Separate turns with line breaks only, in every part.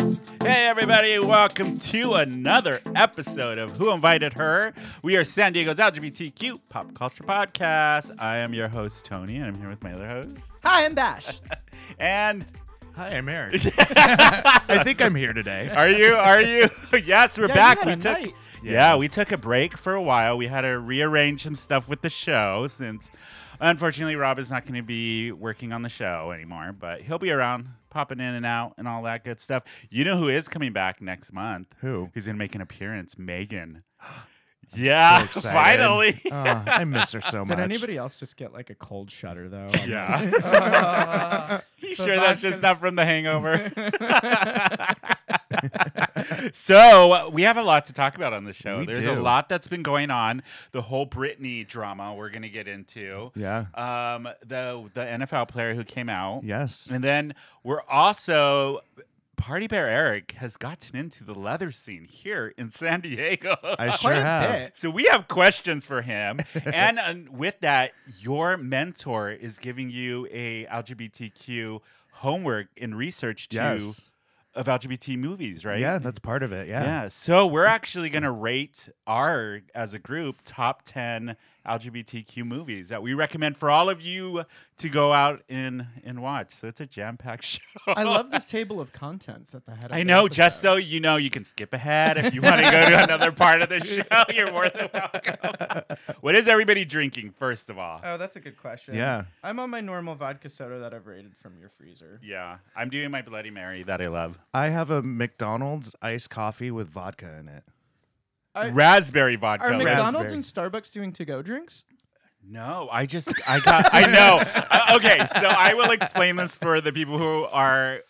Hey, everybody, welcome to another episode of Who Invited Her? We are San Diego's LGBTQ pop culture podcast. I am your host, Tony, and I'm here with my other host.
Hi, I'm Bash.
And
Hi, I'm Eric. I think I'm here today.
are you? Are you? yes, we're
Yeah, you
back.
had
We
a
took.
night.
Yeah. we took a break for a while. We had to rearrange some stuff with the show since, unfortunately, Rob is not going to be working on the show anymore. But he'll be around, popping in and out, and all that good stuff. You know who is coming back next month?
Who?
Who's going to make an appearance? Megan. yeah,
so excited.
finally.
Oh, I miss her so much.
Did anybody else just get like a cold shudder though?
Yeah. you sure that's just not from the hangover? so uh, we have a lot to talk about on the show.
We
There's a
do.
lot that's been going on. The whole Britney drama we're gonna get into.
Yeah.
Um, the the NFL player who came out.
Yes.
And then we're also Party Bear Eric has gotten into the leather scene here in San Diego.
I sure
Quite a
have.
bit.
So we have questions for him, and uh, with that, your mentor is giving you a LGBTQ homework and research to
Yes.
of LGBT movies, right?
Yeah, that's part of it. Yeah.
Yeah. So we're actually gonna rate our as a group top ten LGBTQ movies that we recommend for all of you to go out and and watch. So it's a jam packed show.
I love this table of contents at the head. Of
I
the
know, just
episode.
so you know, you can skip ahead if you want to go to another part of the show. You're more than welcome. What is everybody drinking, first of all?
Oh, that's a good question.
Yeah.
I'm on my normal vodka soda that I've raided from your freezer.
Yeah, I'm doing my Bloody Mary that I love.
I have a McDonald's iced coffee with vodka in it.
I-
Raspberry vodka.
Are
Ras-
McDonald's
raspberry.
and Starbucks doing to-go drinks?
No, I just, I got, I know. Uh, okay, so I will explain this for the people who are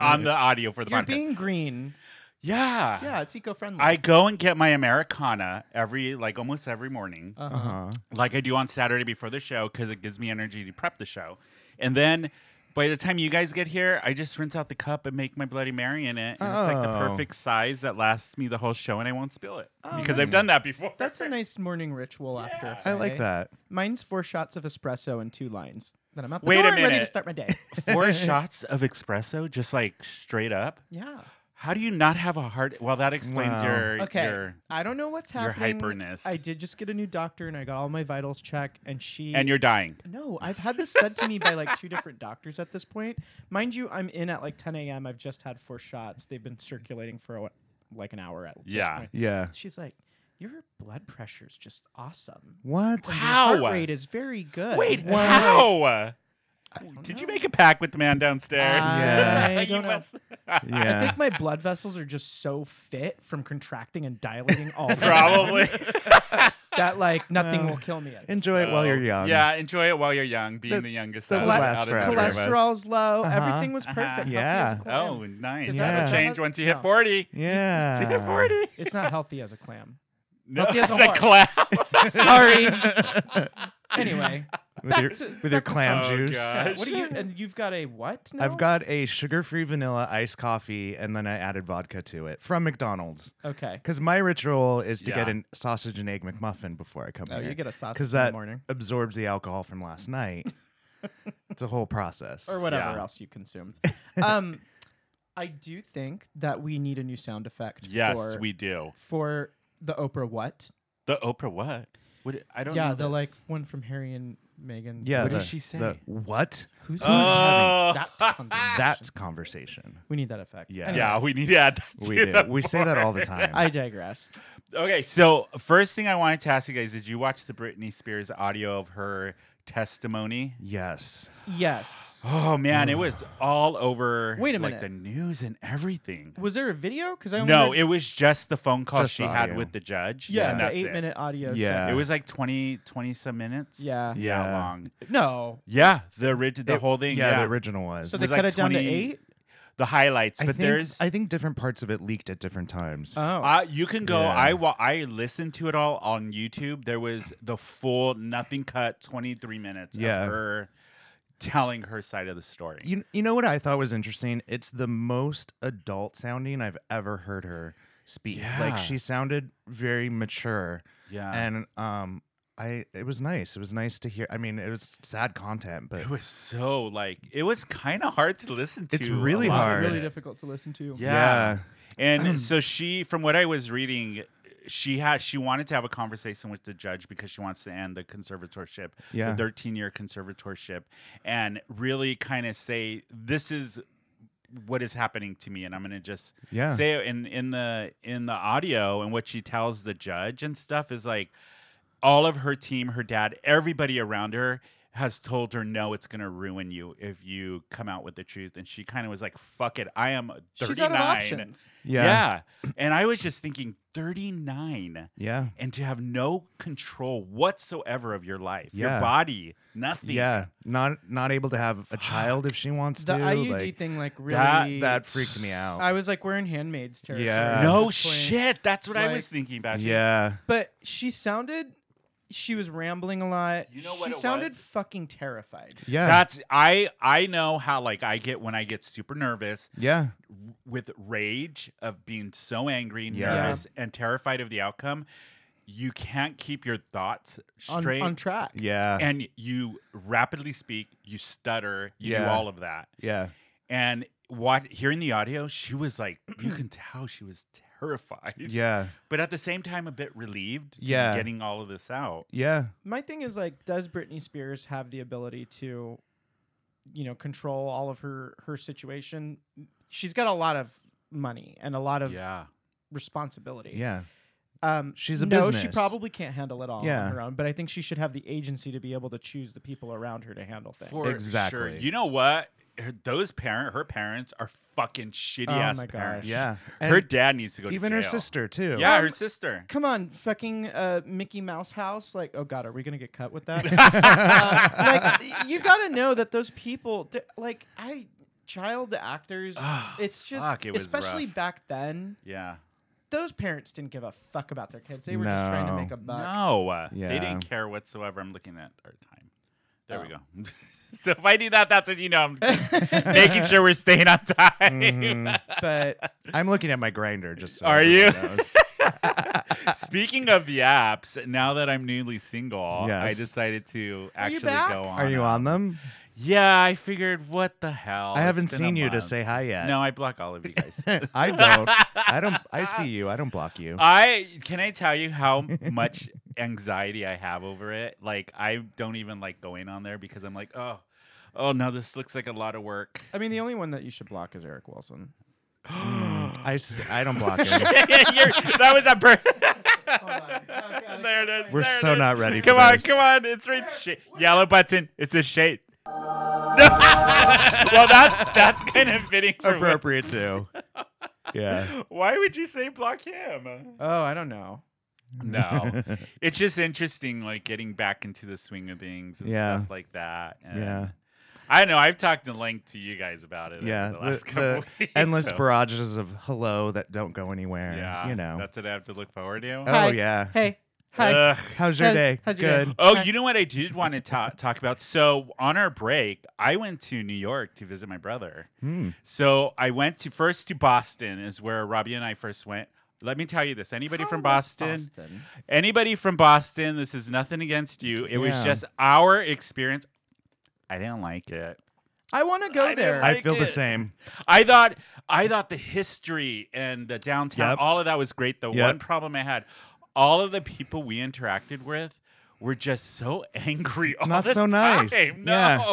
on the audio for the
You're
podcast.
being green.
yeah.
Yeah, it's eco-friendly.
I go and get my Americana every, like almost every morning.
Uh-huh.
Uh huh.
like I do on Saturday before the show because it gives me energy to prep the show. And then by the time you guys get here, I just rinse out the cup and make my Bloody Mary in it. And It's like the
Oh.
perfect size that lasts me the whole show and I won't spill it
Oh,
because I've
nice.
done that before.
That's a nice morning ritual after. a
I like
Friday.
that.
Mine's four shots of espresso and two lines. Then I'm out the
Wait a
door and ready
minute.
to start my day.
Four shots of espresso, just like straight up.
yeah.
How do you not have a heart? Well, that explains
Wow.
your.
Okay.
Your,
I don't know what's
your
happening.
hyperness.
I did just get a new doctor and I got all my vitals checked and she
and you're dying.
No, I've had this said to me by like two different doctors at this point. Mind you, I'm in at like 10 a.m. I've just had four shots. They've been circulating for a, wh- like an hour at this
Yeah.
point.
Yeah.
She's like, your blood pressure's just awesome.
What?
And Your
How?
heart rate is very good.
Wait,
Wow.
how?
don't
Did you
know.
make a pact with the man downstairs?
I
You
don't know.
must-
I
Yeah.
think my blood vessels are just so fit from contracting and dilating all the time
Probably.
that like nothing
Uh,
will kill me. At this
Enjoy it while you're young.
Yeah, enjoy it while you're young, being
That
the youngest.
doesn't
out of-
last
out of the
forever.
three of us.
Cholesterol's low.
Uh-huh.
Everything was
Uh-huh.
perfect. healthy as
Yeah.
a clam.
Oh, nice.
Is
that
That'll
what
change
that-
once you hit
No.
40.
Yeah.
Once you hit 40.
It's not healthy as a clam.
No,
Healthy as
it's
a
a clown.
horse. Sorry. anyway,
with
Back
your,
to-
with your
back to-
clam
Oh,
juice.
God.
so
Gosh.
what do you? And you've got a what? Now?
I've got a sugar-free vanilla iced coffee, and then I added vodka to it from McDonald's.
Okay.
Because my ritual is to get
Yeah.
a sausage and egg McMuffin before I come
Oh,
here.
you get a sausage
because
in the
that
morning,
absorbs the alcohol from last night. it's a whole process.
or whatever
Yeah.
else you consumed. um, I do think that we need a new sound effect.
yes,
for,
we do.
for the Oprah what?
The Oprah what? What I don't
Yeah,
know.
the
this.
like one from Harry and Meghan.
yeah.
What did
the-
she say?
the what?
who's, who's
Oh.
having that conversation?
That conversation.
we need that effect.
Yeah.
Yeah, we need to add that.
We
to
do.
the
We say that all the
board.
time.
I digress.
Okay, so first thing I wanted to ask you guys did you watch the Britney Spears audio of her testimony?
yes.
Yes.
Oh, man, it was all over
Wait a
like, the
minute.
news and everything.
Was there a video? Because I only
No,
heard-
it was just the phone call
Just
she
the
had
audio.
with the judge.
yeah,
and
the
that's
eight
it.
minute audio.
Yeah.
It was like 20, 20 some minutes.
Yeah.
Uh, Yeah.
Yeah.
Long.
No.
Yeah. The orig- the
It-
whole thing.
Yeah,
Yeah.
the original was.
So
It
they
was
cut
like
it down to
20
eight.
the highlights.
I
but
think,
there's.
I think different parts of it leaked at different times.
Oh.
uh, you can go.
Yeah.
I wa- I listened to it all on YouTube. There was the full nothing cut, twenty three minutes
Yeah.
of her telling her side of the story.
You, you know what I thought was interesting? It's the most adult sounding I've ever heard her speak.
Yeah.
Like she sounded very mature.
yeah,
and um I it was nice. It was nice to hear. I mean, it was sad content, but
It was so like it was kind of hard to listen to.
It's
a
really
lot of
hard.
it.
Really difficult to listen to.
Yeah.
Hmm.
And so she, from what I was reading, she had she wanted to have a conversation with the judge because she wants to end the conservatorship,
Yeah.
the 13 year conservatorship, and really kind of say this is what is happening to me, and I'm gonna just
Yeah.
say it in in the in the audio and what she tells the judge and stuff is like all of her team, her dad, everybody around her has told her no it's going to ruin you if you come out with the truth and she kind of was like fuck it i am 39
She's out of options.
yeah,
Yeah. And I was just thinking 39
yeah,
and to have no control whatsoever of your life, your
Yeah.
body, nothing.
yeah. Not not able to have a child if she wants
The
to.
IUD
like,
thing, like
That-
really,
that freaked me out.
I was like, we're in Handmaid's territory.
Yeah.
at
No
this point.
shit. That's what I
Like-
was thinking about.
yeah,
But she sounded, she was rambling a lot.
You know what
she
it
sounded
was?
fucking terrified.
yeah,
That's I I know how like I get when I get super nervous
yeah,
w- with rage of being so angry and
Yeah.
nervous and terrified of the outcome. You can't keep your thoughts
On,
straight
on track.
yeah,
and you rapidly speak, you stutter, you do
Yeah.
all of that.
yeah,
and what hearing the audio she was like you can tell she was terrified
yeah,
but at the same time a bit relieved to be
Yeah.
getting all of this out
yeah,
My thing is like, does Britney Spears have the ability to, you know, control all of her her situation? She's got a lot of money and a lot of responsibility.
yeah,
Um,
She's a
no, she
business.
probably can't handle it all
Yeah.
on her own. But I think she should have the agency to be able to choose the people around her to handle things.
for sure
Exactly.
you know what her, those parent her parents are fucking shitty
Oh
ass
my gosh.
parents
yeah.
her
And
dad needs to go
even
to
her
jail.
sister too.
yeah her sister
Come on, fucking uh, Mickey Mouse house. Like, oh god, are we gonna get cut with that? Uh, like, you gotta know that those people, they're- like, I child actors.
Ah,
it's just,
fuck, it was
especially
rough.
back then,
yeah
those parents didn't give a fuck about their kids. They were just trying to
No.
make a buck.
no uh, they
Yeah.
didn't care whatsoever i'm looking at our time there we
Oh.
go so if i do that that's when you know i'm making sure we're staying on time
Mhm.
But
I'm looking at my grinder. Just so
Are you?
everyone knows.
Speaking of the apps, now that I'm newly single, I
Yes.
decided to
Are you
actually
back?
go on.
Are you
them.
on them?
Yeah, I figured what the hell.
I
Oh, It's
haven't
been a
seen you to
month.
say hi yet.
No, I block all of you guys.
I don't. I don't. I see you. I don't block you.
I can I tell you how much anxiety I have over it? Like I don't even like going on there because I'm like, oh, oh no, this looks like a lot of work.
I mean, the only one that you should block is Eric Wilson.
I, s- I don't block him.
You're- that was a
on.
bird. there it is.
We're
there it
so
is.
not ready for
Come on,
this.
come on. It's right. Sh- yellow button. It's a shade. well, that's that's kind of fitting. For what-
Appropriate too. Yeah.
Why would you say block him?
Oh, I don't know.
No, it's just interesting, like getting back into the swing of things and
Yeah.
stuff like that. And
Yeah.
I know. I've talked in length to you guys about it.
yeah.
over the last
the-
couple
the
weeks,
endless
so-
barrages of hello that don't go anywhere.
Yeah,
You know.
that's what I have to look forward to.
Oh
Hi.
yeah.
Hey, hi.
Ugh.
How's your
How's-
day?
how's your day?
Good.
Oh,
Hi.
you know what I did want to ta- talk about? So on our break, I went to New York to visit my brother.
Hmm.
So I went to first to Boston is where Robbie and I first went. Let me tell you this. Anybody
How
from
was
Boston, Anybody from Boston, this is nothing against you. It was
Yeah.
just our experience. I didn't like it.
I want to go
I
there.
didn't
I
Like
feel
it.
the same.
I thought I thought the history and the downtown,
Yep.
all of that was great. The
Yep.
one problem I had, all of the people we interacted with were just so angry all
Not
the
so nice.
time. No.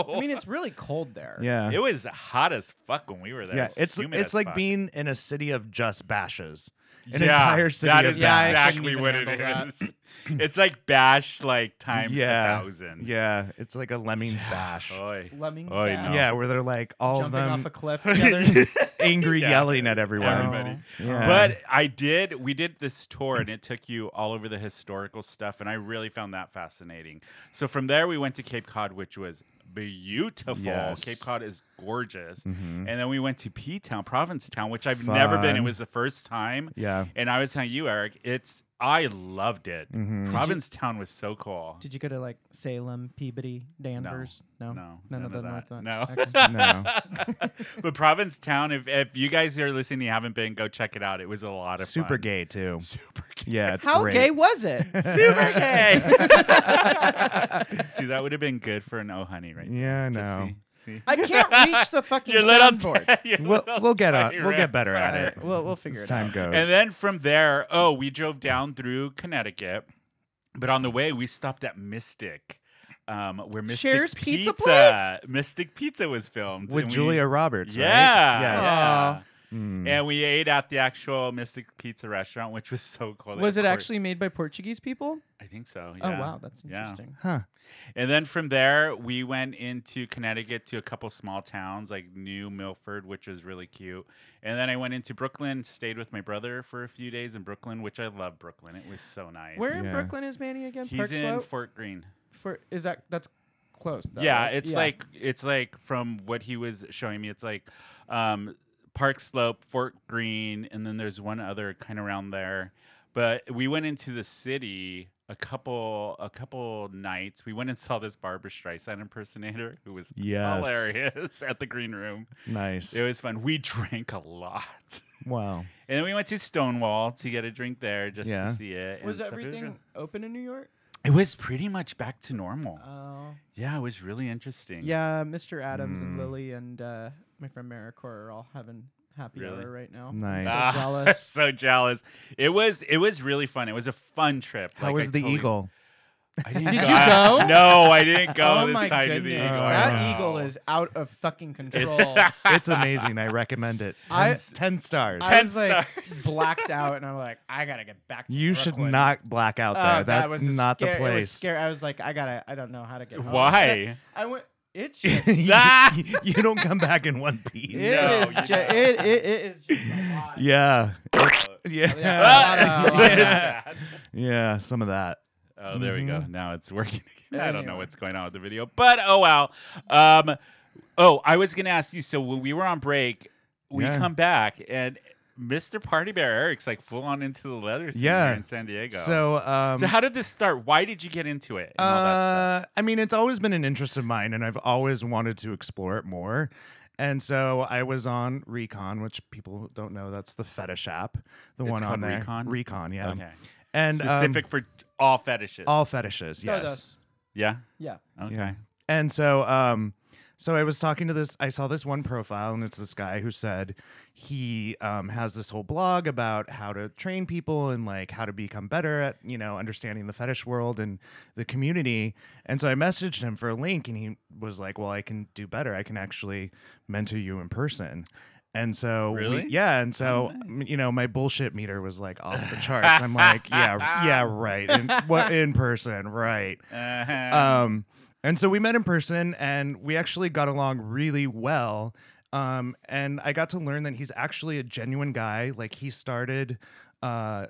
Yeah.
I mean, it's really cold there.
Yeah.
it was hot as fuck when we were there.
yeah.
It was
It's
humid
it's
as
like
fuck.
being in a city of just bashes. An
Yeah,
entire city
That
of
is
Yeah, I
bash.
couldn't
exactly
even
what it
handle
is. it's like bash like times
Yeah.
a thousand.
Yeah. It's like a lemmings bash.
Oy.
Lemmings.
Oh,
back,
no.
Yeah, where they're like all
Jumping
of
off
them
a cliff together.
angry
Yeah.
yelling at everyone.
Everybody.
Um,
Yeah.
But I did. We did this tour, and it took you all over the historical stuff, and I really found that fascinating. So from there, we went to Cape Cod, which was beautiful.
Yes.
Cape Cod is gorgeous,
Mhm.
and then we went to P Town, Provincetown, which I've never been. It
Fun.
was the first time,
yeah.
and I was telling you, Eric, it's I loved it.
Mhm.
Provincetown was so cool.
Did you go to like Salem, Peabody, Danvers? No,
no,
none, of the north
that.
one.
No.
Okay.
No.
but Provincetown, if, if you guys who are listening and haven't been, go check it out. It was a lot of
Super
fun.
gay too.
Super gay.
Yeah, it's
How
great.
gay was it?
Super gay. See, that would have been good for an oh honey right there.
Yeah, I
Just
know.
See? see?
I can't reach the fucking
Your little
soundboard.
your
We'll,
little
we'll get on.
tiny
We'll get
ramp
better at
side.
it.
We'll- we'll
As-
figure
as
it
time
out.
goes.
And then from there, oh, we drove down through Connecticut, but on the way we stopped at Mystic, um, where Mystic
Cher's
Pizza,
Pizza Place?
Mystic Pizza was filmed
with
and we-
Julia Roberts. right?
Yeah,
Yes.
yeah.
Mm.
And we ate at the actual Mystic Pizza restaurant, which was so cool. They
Was
had
it
cor-
actually made by Portuguese people?
I think so. Yeah.
Oh wow, that's
Yeah.
interesting.
Huh.
And then from there, we went into Connecticut to a couple small towns like New Milford, which was really cute. And then I went into Brooklyn, stayed with my brother for a few days in Brooklyn, which I love Brooklyn. It was so nice.
Where in
Yeah.
Brooklyn is Manny again?
He's
Park
in
Slope.
Fort Greene.
For is that that's close? Though,
yeah,
right?
it's like it's like from what he was showing me, it's like um, Park Slope, Fort Greene, and then there's one other kind of around there. But we went into the city a couple a couple nights. We went and saw this Barbara Streisand impersonator who was
Yes.
hilarious at the green room.
Nice.
It was fun. We drank a lot.
wow.
And then we went to Stonewall to get a drink there just
Yeah.
to see it. and
was
stuff. It
everything
really-
open in New York?
It was pretty much back to normal.
Uh,
Oh.
Yeah, it was really interesting.
Yeah, Mr. Adams and
Hmm.
Mm.
Lily and uh, my friend Maricore are all having happy
Really?
hour right now.
Nice.
Ah,
I'm so jealous.
so jealous. It was it was really fun. It was a fun trip.
How
Like,
was
I
the
totally-
eagle?
I didn't
Did
go.
you go?
No, I didn't go
oh
this
my
time to the
goodness,
eagle.
that
Wow.
eagle is out of fucking control.
It's-
It's amazing. I recommend it. Ten,
I-
ten stars.
I was
Ten
like blacked out, and I'm like, I gotta get back to.
you should
Brooklyn.
not black out
Oh,
there.
that
That's
was a
not
scare-
the
It was
place.
scary. I was like, I gotta. I don't know how to get. Home.
Why?
I went. It's
You-
just. it is.
Ah!
you, you don't come back in one piece.
No, you
ju-
don't.
it, it, it is just a lot.
Yeah.
Yeah.
Yeah.
Ah!
What is
yeah.
that?
Yeah, Some of that.
Oh, there we go.
Mm-hmm.
Now it's working again. I don't know
Anyway.
what's going on with the video, but oh well. Um, oh, I was gonna ask you. So when we were on break, we
Yeah.
come back and Mr. Party Bear Eric's like full on into the leather scene
Yeah.
here in San Diego.
So, um,
So how did this start? Why did you get into it? And all that stuff?
Uh, I mean, it's always been an interest of mine, and I've always wanted to explore it more. And so I was on Recon, which people don't know. That's the fetish app, the
It's
one on
called
there.
Recon?
Recon, yeah.
Okay.
And um,
Specific for all fetishes.
all fetishes, yes.
Stardust.
yeah.
Yeah.
Okay.
Yeah. And so um so I was talking to this I saw this one profile and it's this guy who said he um, has this whole blog about how to train people and like how to become better at, you know, understanding the fetish world and the community. And so I messaged him for a link and he was like, "Well, I can do better. I can actually mentor you in person." And so we-
Really? Oh,
yeah, and so m- you know, my bullshit meter was like off the charts. I'm like, yeah, yeah, right. In, what in person, right
Uh-huh.
um, and so we met in person and we actually got along really well um, and i got to learn that he's actually a genuine guy like he started uh,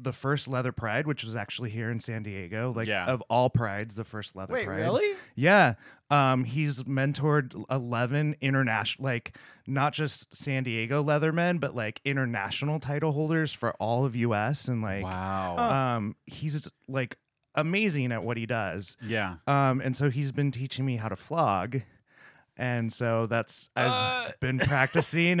the first leather pride which was actually here in san diego like
Yeah.
of all prides the first leather
Wait,
pride
really?
yeah. Um, he's mentored 11 international, like not just San Diego Leathermen, but like international title holders for all of US. And like,
wow.
um, he's like amazing at what he does.
yeah.
Um, and so he's been teaching me how to flog. And so that's I've
Uh.
been practicing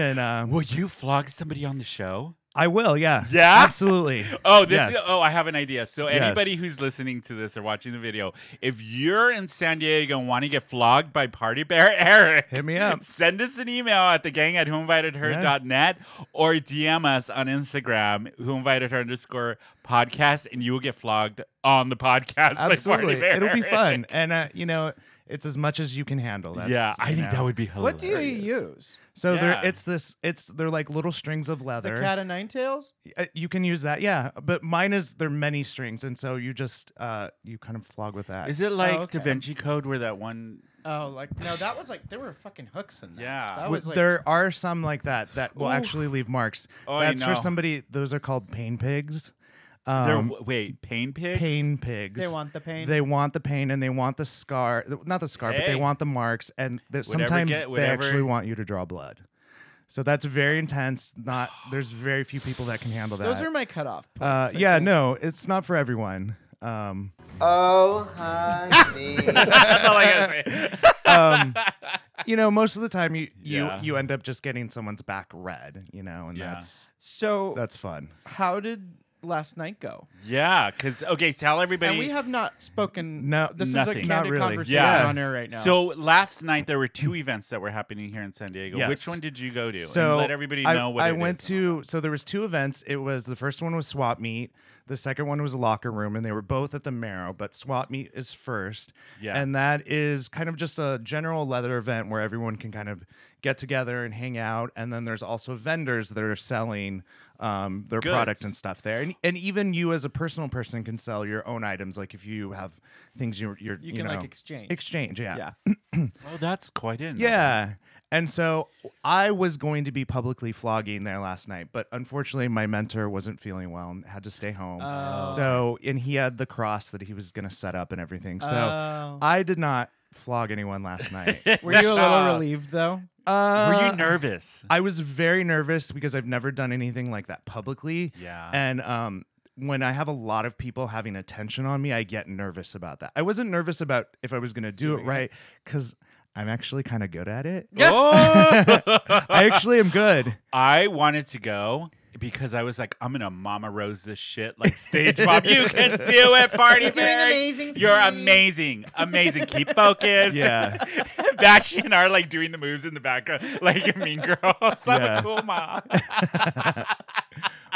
and um,
Will you flog somebody on the show?
I will, yeah.
Yeah?
Absolutely.
Oh, this is,
Yes.
oh, I have an idea. So
Yes.
anybody who's listening to this or watching the video, if you're in San Diego and want to get flogged by Party Bear Eric,
Hit me up.
Send us an email at the gang at who invited
Yeah.
her.net or DM us on Instagram, who invited her underscore podcast, and you will get flogged on the podcast by Party
Absolutely.
Bear.
It'll be
Eric.
fun. And uh, you know, it's as much as you can handle. That's,
yeah,
you
I think
know.
that would be hilarious.
What do you use?
So
Yeah.
there, it's this. It's they're like little strings of
The
leather.
cat of nine tails?
Uh, you can use that, yeah. But mine is they're many strings, and so you just uh you kind of flog with that.
Is it like
Oh, okay.
Da Vinci Code where that one?
Oh, like no, that was like there were fucking hooks in that.
Yeah.
that
With-
was like
there are some like that that will
Ooh.
actually leave marks.
Oh, I
That's
know.
for somebody. Those are called pain pigs.
They're-
Um,
w- wait, pain pigs?
pain pigs.
they want the pain.
They want the pain and they want the scar. Not the scar, but
Hey.
they want the marks. And that
Whatever
sometimes
get-
they
whatever-
actually want you to draw blood. So that's very intense. Not there's very few people that can handle that.
Those are my cutoff points.
uh,
I
yeah,
think.
no, it's not for everyone. Um,
Oh, honey.
That's all I gotta say.
um, you know, most of the time you you
Yeah.
you end up just getting someone's back red, you know, and
Yeah.
that's
So
that's fun.
how did last night go?
Yeah, because okay, tell everybody.
and we have not spoken.
No,
this
nothing.
is a
Not
candid
really.
conversation
Yeah.
on air right now.
So last night there were two events that were happening here in San Diego.
Yes.
Which one did you go to?
So
and let everybody
I,
know what
I
it
went
is and all
to. So there was two events. It was the first one was swap meet. The second one was locker room, and they were both at the Marrow. But swap meet is first,
Yeah.
and that is kind of just a general leather event where everyone can kind of get together and hang out. And then there's also vendors that are selling um, their
Goods.
product and stuff there. And, and even you as a personal person can sell your own items. Like if you have things you're, you're
you can
know,
like exchange.
exchange, yeah.
Yeah.
that. Oh, that's quite in.
Yeah. And so I was going to be publicly flogging there last night, but unfortunately my mentor wasn't feeling well and had to stay home.
Oh.
So and he had the cross that he was going to set up and everything. So
Oh.
I did not flog anyone last night.
Were you a little relieved though?
Were
Uh,
you nervous?
I was very nervous because I've never done anything like that publicly.
Yeah.
And um when I have a lot of people having attention on me, I get nervous about that. I wasn't nervous about if I was going to do it right cuz I'm actually kind of good at it.
Oh!
I actually am good.
I wanted to go because I was like, I'm gonna mama rose this shit like stage mom. You can do it, Barney. You're amazing. You're amazing, amazing. Keep focused.
Yeah.
Bash and I are like doing the moves in the background, like a mean girls. I'm
Yeah.
a cool mom.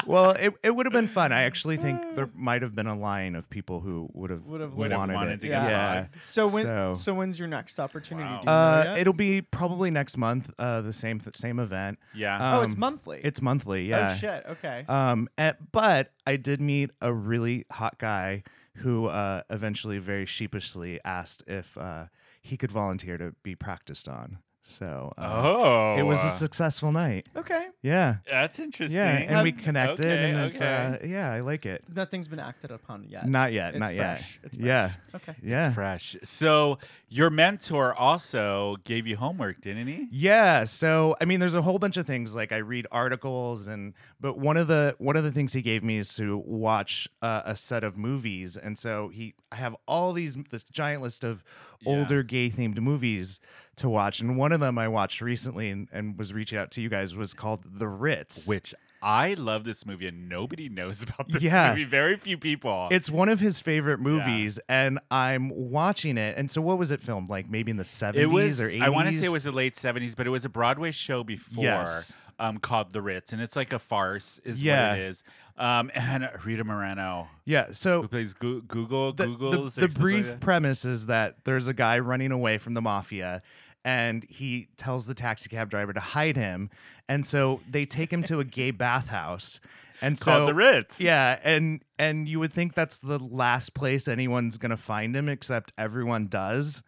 well, it, it would have been fun. I actually think there might have been a line of people who would have
Would've
wanted,
Would've wanted
it.
to
get
yeah.
along.
So when
So-
so, when's your next opportunity?
Wow.
Do you know
Uh,
yet?
it'll be probably next month. Uh, the same th- same event.
Yeah.
oh, it's
um,
monthly.
It's monthly. Yeah.
Oh shit. Okay.
Um, eh, but I did meet a really hot guy who uh, eventually very sheepishly asked if uh, he could volunteer to be practiced on. So uh,
oh,
it was a successful night.
okay.
Yeah.
that's interesting.
Yeah, and we
Um,
connected,
okay,
and it's uh,
okay.
yeah, I like it.
Nothing's been acted upon yet.
Not yet,
It's
not
fresh.
yet.
It's
Yeah,
Okay.
yeah.
Fresh. So your mentor also gave you homework, didn't he?
Yeah, so I mean there's a whole bunch of things like I read articles and but one of the one of the things he gave me is to watch uh, a set of movies and so he I have all these this giant list of
Yeah.
older gay themed movies to watch and one of them I watched recently and, and was reaching out to you guys was called The Ritz.
Which I love this movie, and nobody knows about this
Yeah.
movie. Very few people.
It's one of his favorite movies and I'm watching it and so what was it filmed like maybe in the 70s
it was
or 80s?
I want to say it was the late seventies, but it was a Broadway show before.
Yes.
Um, called The Ritz, and it's like a farce, is
Yeah.
what it is. Um, and Rita Moreno,
Yeah, so
who plays Goo- Google,
the, the-
Google's, or
the
something
brief
like that.
premise is that there's a guy running away from the mafia and he tells the taxi cab driver to hide him and so they take him to a gay bathhouse and so
called The Ritz.
yeah and and you would think that's the last place anyone's gonna find him except everyone does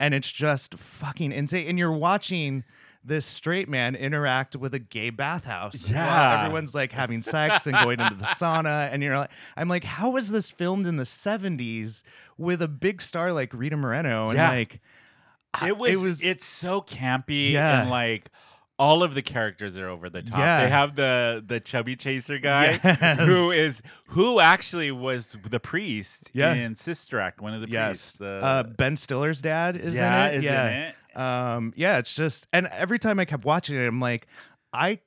and it's just fucking insane and you're watching this straight man interact with a gay bathhouse while
Yeah.
everyone's like having sex and going into the sauna and you're like i'm like how was this filmed in the 70s with a big star like rita moreno and
Yeah.
like I-
it was,
it was
it's so campy
Yeah.
and like all of the characters are over the top.
Yeah.
They have the the chubby chaser guy
Yes.
who is who actually was the priest
Yeah.
in Sister Act, one of the priests.
yes
The,
uh, ben stiller's dad is
yeah,
in it
is
yeah
in it.
Um, yeah, it's just, and every time I kept watching it, I'm like, I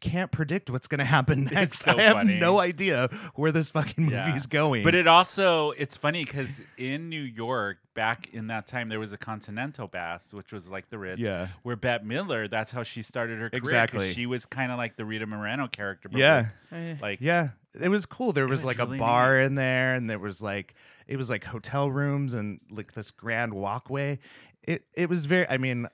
can't predict what's going to happen next.
so
I have
funny.
no idea where this fucking movie
Yeah.
is going.
But it also it's funny because in New York back in that time there was a Continental Bath, which was like the Ritz.
Yeah.
Where Bette Midler, that's how she started her career. 'cause
Exactly.
She was kind of like the Rita Moreno character. but
yeah,
Eh.
with, Like
yeah, it was cool. There was,
was
like
really
a bar in there, and there was like it was like hotel rooms and like this grand walkway. It it was very. I mean.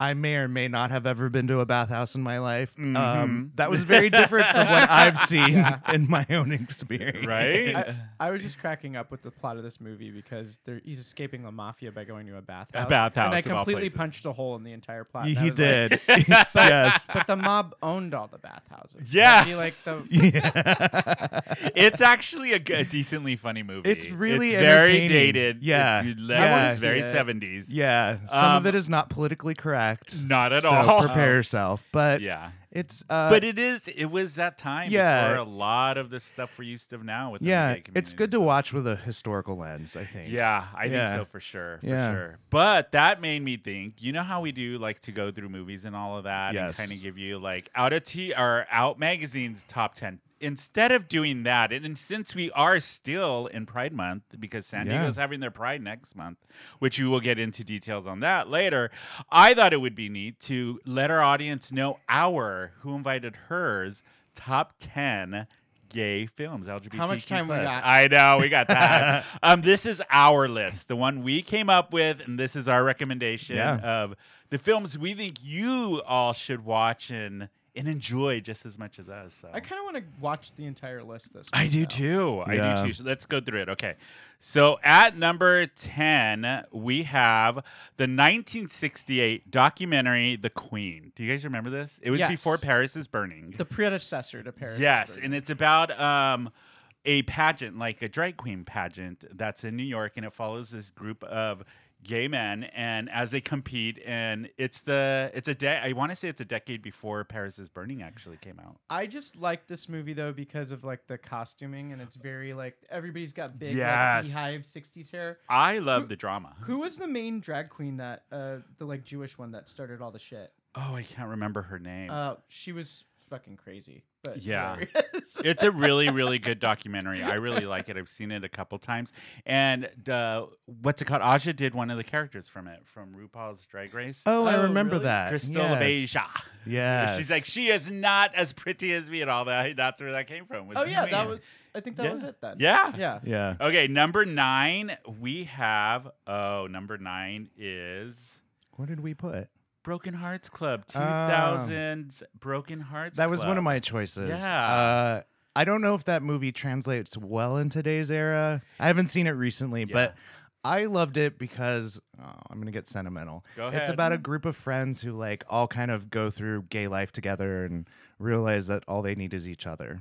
I may or may not have ever been to a bathhouse in my life. Um,
Mhm.
that was very different from what I've seen in my own experience.
Right?
I, I was just cracking up with the plot of this movie because they're, he's escaping the mafia by going to a bathhouse.
bathhouse,
And I
of all
completely
places.
punched a hole in the entire plot.
He,
and I
he
was like,
did. yes.
but the mob owned all the bathhouses.
Yeah.
He, like the
Yeah.
it's actually a, g- a decently funny movie.
It's really
It's very
entertaining.
dated.
Yeah.
It's,
I wanna
it's
see
very
it.
seventies.
Yeah, some of
Um,
it is not politically correct.
Not at
so
all. Um,
Prepare yourself. But
Yeah.
it's uh,
but it is it was that time
yeah.
before a lot of the stuff we're used to now with
yeah, it's good to watch with a historical lens. I think.
yeah i
Yeah.
think so for sure for
Yeah.
sure but that made me think you know how we do like to go through movies and all of that
Yes.
and kind of give you like out of t or out magazine's top 10 instead of doing that and, and since we are still in pride month because san
Yeah.
diego's having their pride next month which we will get into details on that later i thought it would be neat to let our audience know our who invited hers top 10 gay films lgbtq
How much time we got?
i know we got that um this is our list the one we came up with and this is our recommendation
Yeah.
of the films we think you all should watch and and enjoy just as much as us. So.
I kind of want to watch the entire list this.
I
week,
do
though.
too. I
Yeah.
do too. So let's go through it. Okay. So at number 10, we have the 1968 documentary The Queen. Do you guys remember this? It was
Yes.
before Paris is Burning.
The predecessor to Paris. is
yes.
Burning.
And it's about um, a pageant, like a drag queen pageant that's in New York, and it follows this group of gay men and as they compete and it's the it's a day i want to say it's a decade before paris is burning actually came out
I just like this movie though because of like the costuming and it's very like everybody's got big
Yes.
like, beehive '60s hair.
i love the drama
Who was the main drag queen that uh the like Jewish one that started all the shit?
oh i can't remember her name
Uh, she was fucking crazy. But
Yeah.
hilarious.
it's a really really good documentary i really like it i've seen it a couple times and uh, what's it called aja did one of the characters from it from rupaul's drag race Uh,
Oh, I
Oh,
remember
really?
that.
crystal
yes.
Asia.
Yes.
she's like she is not as pretty as me and all that that's where that came from was
oh yeah, that
me.
was. I think that
Yeah.
was it then.
yeah
Yeah.
Yeah.
okay number nine we have oh number nine is
What did we put?
broken hearts club
Oh.
2000s broken hearts
That was one of
Club.
my choices.
Yeah.
Uh, I don't know if that movie translates well in today's era. I haven't seen it recently,
Yeah.
but I loved it because oh, I'm gonna get sentimental.
Go
It's
ahead.
about a group of friends who like all kind of go through gay life together and realize that all they need is each other.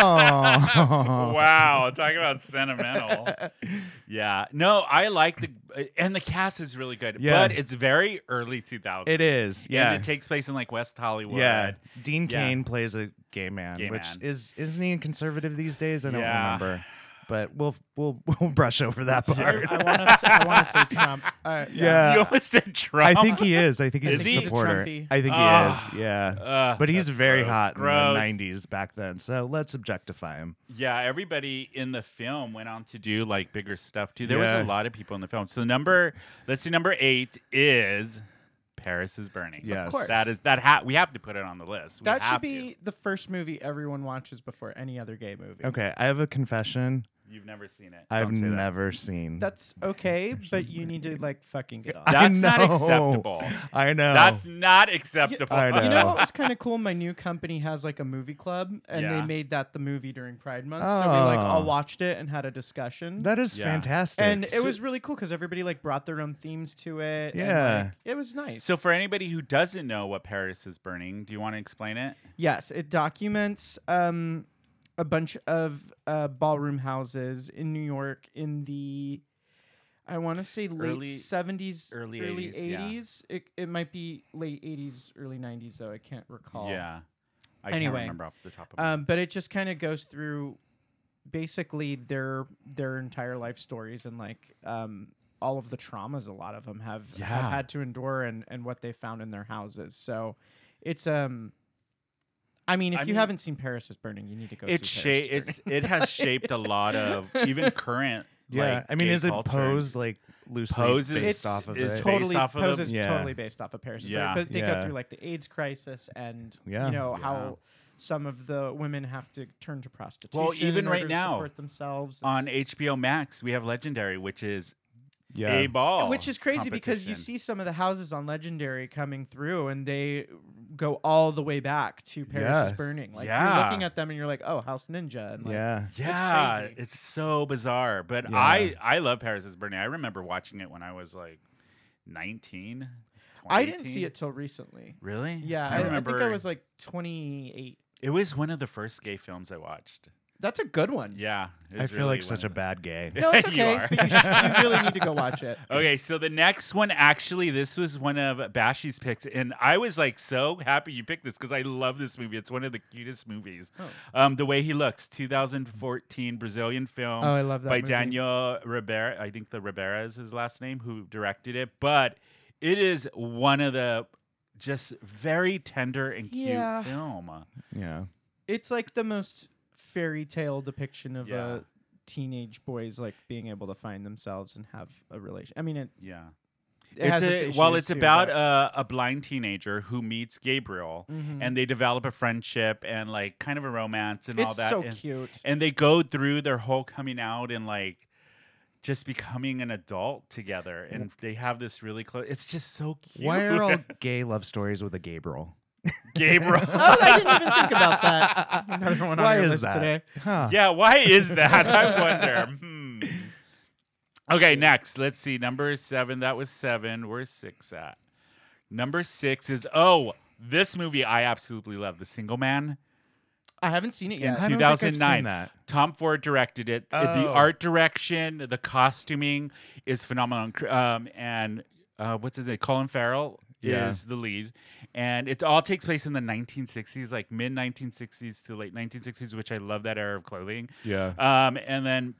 oh
wow, talk about sentimental. Yeah. No, I like the and the cast is really good,
Yeah.
but it's very early 2000s.
It is.
Yeah.
Yeah.
And it takes place in like West Hollywood.
yeah. Dean
Yeah.
Kane plays a gay man,
Gay
which
man.
is isn't he a conservative these days? I don't
Yeah.
remember. But we'll we'll we'll brush over that part.
I want to. I want to say Trump. Uh,
Yeah.
You almost said Trump.
I think he is. I think he's
Is
a
he? He's a
supporter.
Trumpy.
I think
Ah.
he is. Yeah.
Uh,
But he's
that's
very
gross.
hot
Gross.
in the 90s back then. So let's objectify him.
Yeah, everybody in the film went on to do like bigger stuff too. There
Yeah.
was a lot of people in the film. So number, let's see, number eight is Paris is Burning.
Yes. Of course.
that is that. Ha- we have to put it on the list. We
That
have
should
to.
be the first movie everyone watches before any other gay movie.
Okay. I have a confession
You've never seen it.
I've
Don't say that.
never seen.
That's okay, but you need to like fucking get on.
I
That's not
know.
acceptable.
I know.
That's not acceptable.
I
You
know.
know what was kind of cool? My new company has like a movie club, and
Yeah.
they made that the movie during Pride Month. So we like all
Oh.
watched it and had a discussion.
that is
Yeah.
fantastic.
and it was really cool because everybody like brought their own themes to it. and,
Yeah.
like, it was nice.
So, for anybody who doesn't know what Paris is burning, do you want to explain it?
yes, it documents um, a bunch of uh, ballroom houses in New York in the. I want to say late
Early-
70s,
early 80s, yeah.
80s. It, it might be late 80s, early 90s, though. I can't
Oh.
recall.
Yeah. I
Anyway,
can't remember off the top of my
um, but it just kind of goes through basically their their entire life stories and like um, all of the traumas a lot of them have,
Yeah.
have had to endure and and what they found in their houses. So it's um. I mean, if
I
you
mean-
haven't seen Paris is Burning, you need to go.
It's
see
sha-
Paris is Burning.
it's it has shaped a lot of even current.
Yeah.
like,
I mean,
gay
is it
culture.
Pose like loosely
Pose is-
based
It's-
off of
is
it?
based
totally
off of
Pose
the-
is
Yeah.
totally based off of Paris is
Yeah.
Burning, but they
Yeah.
go through like the AIDS crisis and
Yeah.
you know
Yeah.
how some of the women have to turn to prostitution.
even
in order
right
to
now,
support themselves
On
It's-
HBO Max, we have Legendary, which is
yeah.
a ball,
which is crazy because you
Oh, competition.
see some of the houses on legendary coming through and they go all the way back to paris is
Yeah.
burning like
Yeah.
you're looking at them and you're like oh house ninja and like
yeah.
Yeah,
crazy.
it's so bizarre. But
Yeah.
I I love Paris is Burning. I remember watching it when I was like 19.
i didn't see
20.
it till recently
Really?
yeah i, I
I remember.
think i was like 28
It was one of the first gay films I watched.
That's a good one.
Yeah.
I feel like such a bad gay.
No, it's
You
okay.
are. Oh,
but you, sh- you really need to go watch it.
Okay, so the next one actually, this was one of Bashy's picks, and I was like so happy you picked this because I love this movie. It's one of the cutest movies.
Oh.
Um, the way he looks, 2014 Brazilian film.
Oh, I love that
by
movie.
Daniel Ribera. I think the Ribera is his last name, who directed it. But it is one of the just very tender and cute
Yeah.
film.
Yeah.
It's like the most fairy tale depiction of
Yeah.
a teenage boys like being able to find themselves and have a relation. I mean, it,
Yeah.
it has
a,
its
well,
issues
it's
too,
about
but-
a, a blind teenager who meets Gabriel,
Mhm.
and they develop a friendship and like kind of a romance and all
it's
that.
so
and,
cute.
and they go through their whole coming out and like just becoming an adult together, and they have this really close. It's just so cute.
Why are all gay love stories with a Gabriel?
Gabriel?
oh, I didn't even think about that. Another one
Why
on your
is
list
that?
today.
Huh.
yeah, why is that? I wonder. Hmm. Okay, next. Let's see. Number seven. That was seven. Where's six at? Number six is oh, this movie I absolutely love. The Single Man.
I haven't seen it
In
yet.
I don't think I've seen
2009.
that.
Tom Ford directed it. The
Oh.
art direction, the costuming is phenomenal. Um, and uh, what's his name? Colin Farrell
Yeah.
is the lead. And it all takes place in the 1960s, like mid 1960s to late 1960s, which I love that era of clothing.
Yeah.
Um, and then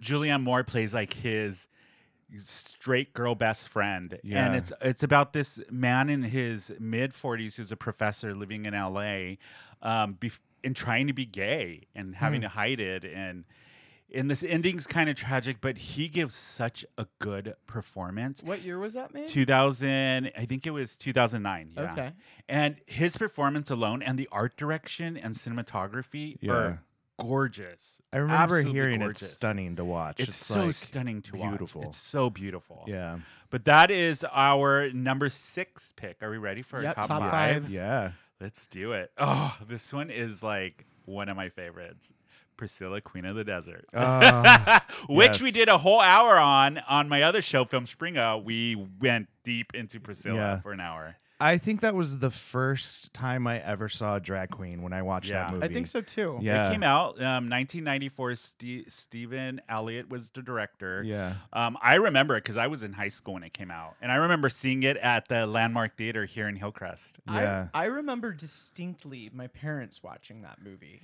Julianne Moore plays like his straight girl best friend,
Yeah.
and it's it's about this man in his mid forties who's a professor living in L.A. Um, bef- and trying to be gay and having to
Hmm.
hide it, and and this ending's kind of tragic, but he gives such a good performance.
What year was that, man?
2000 i think it was 2009 yeah.
Mm-hmm. Okay.
and his performance alone and the art direction and cinematography
Yeah.
are gorgeous
I remember
Absolutely
hearing
gorgeous.
it's stunning to watch.
it's, so
like,
stunning to
beautiful.
watch it's so beautiful
Yeah.
but that is our number six pick are we ready for
Yep,
a top,
top
five?
five.
Yeah.
let's do it oh this one is like one of my favorites priscilla queen of the desert
Uh,
Which we
yes.
did a whole hour on on my other show, Film Springa. We went deep into Priscilla
Yeah.
for an hour.
I think that was the first time I ever saw a drag queen when I watched that
Yeah.
movie.
I think so too.
Yeah.
It came out um, 1994. Ste Stephen Elliott was the director.
Yeah.
Um, I remember it because I was in high school when it came out, and I remember seeing it at the Landmark Theater here in Hillcrest.
Yeah.
I, I remember distinctly my parents watching that movie.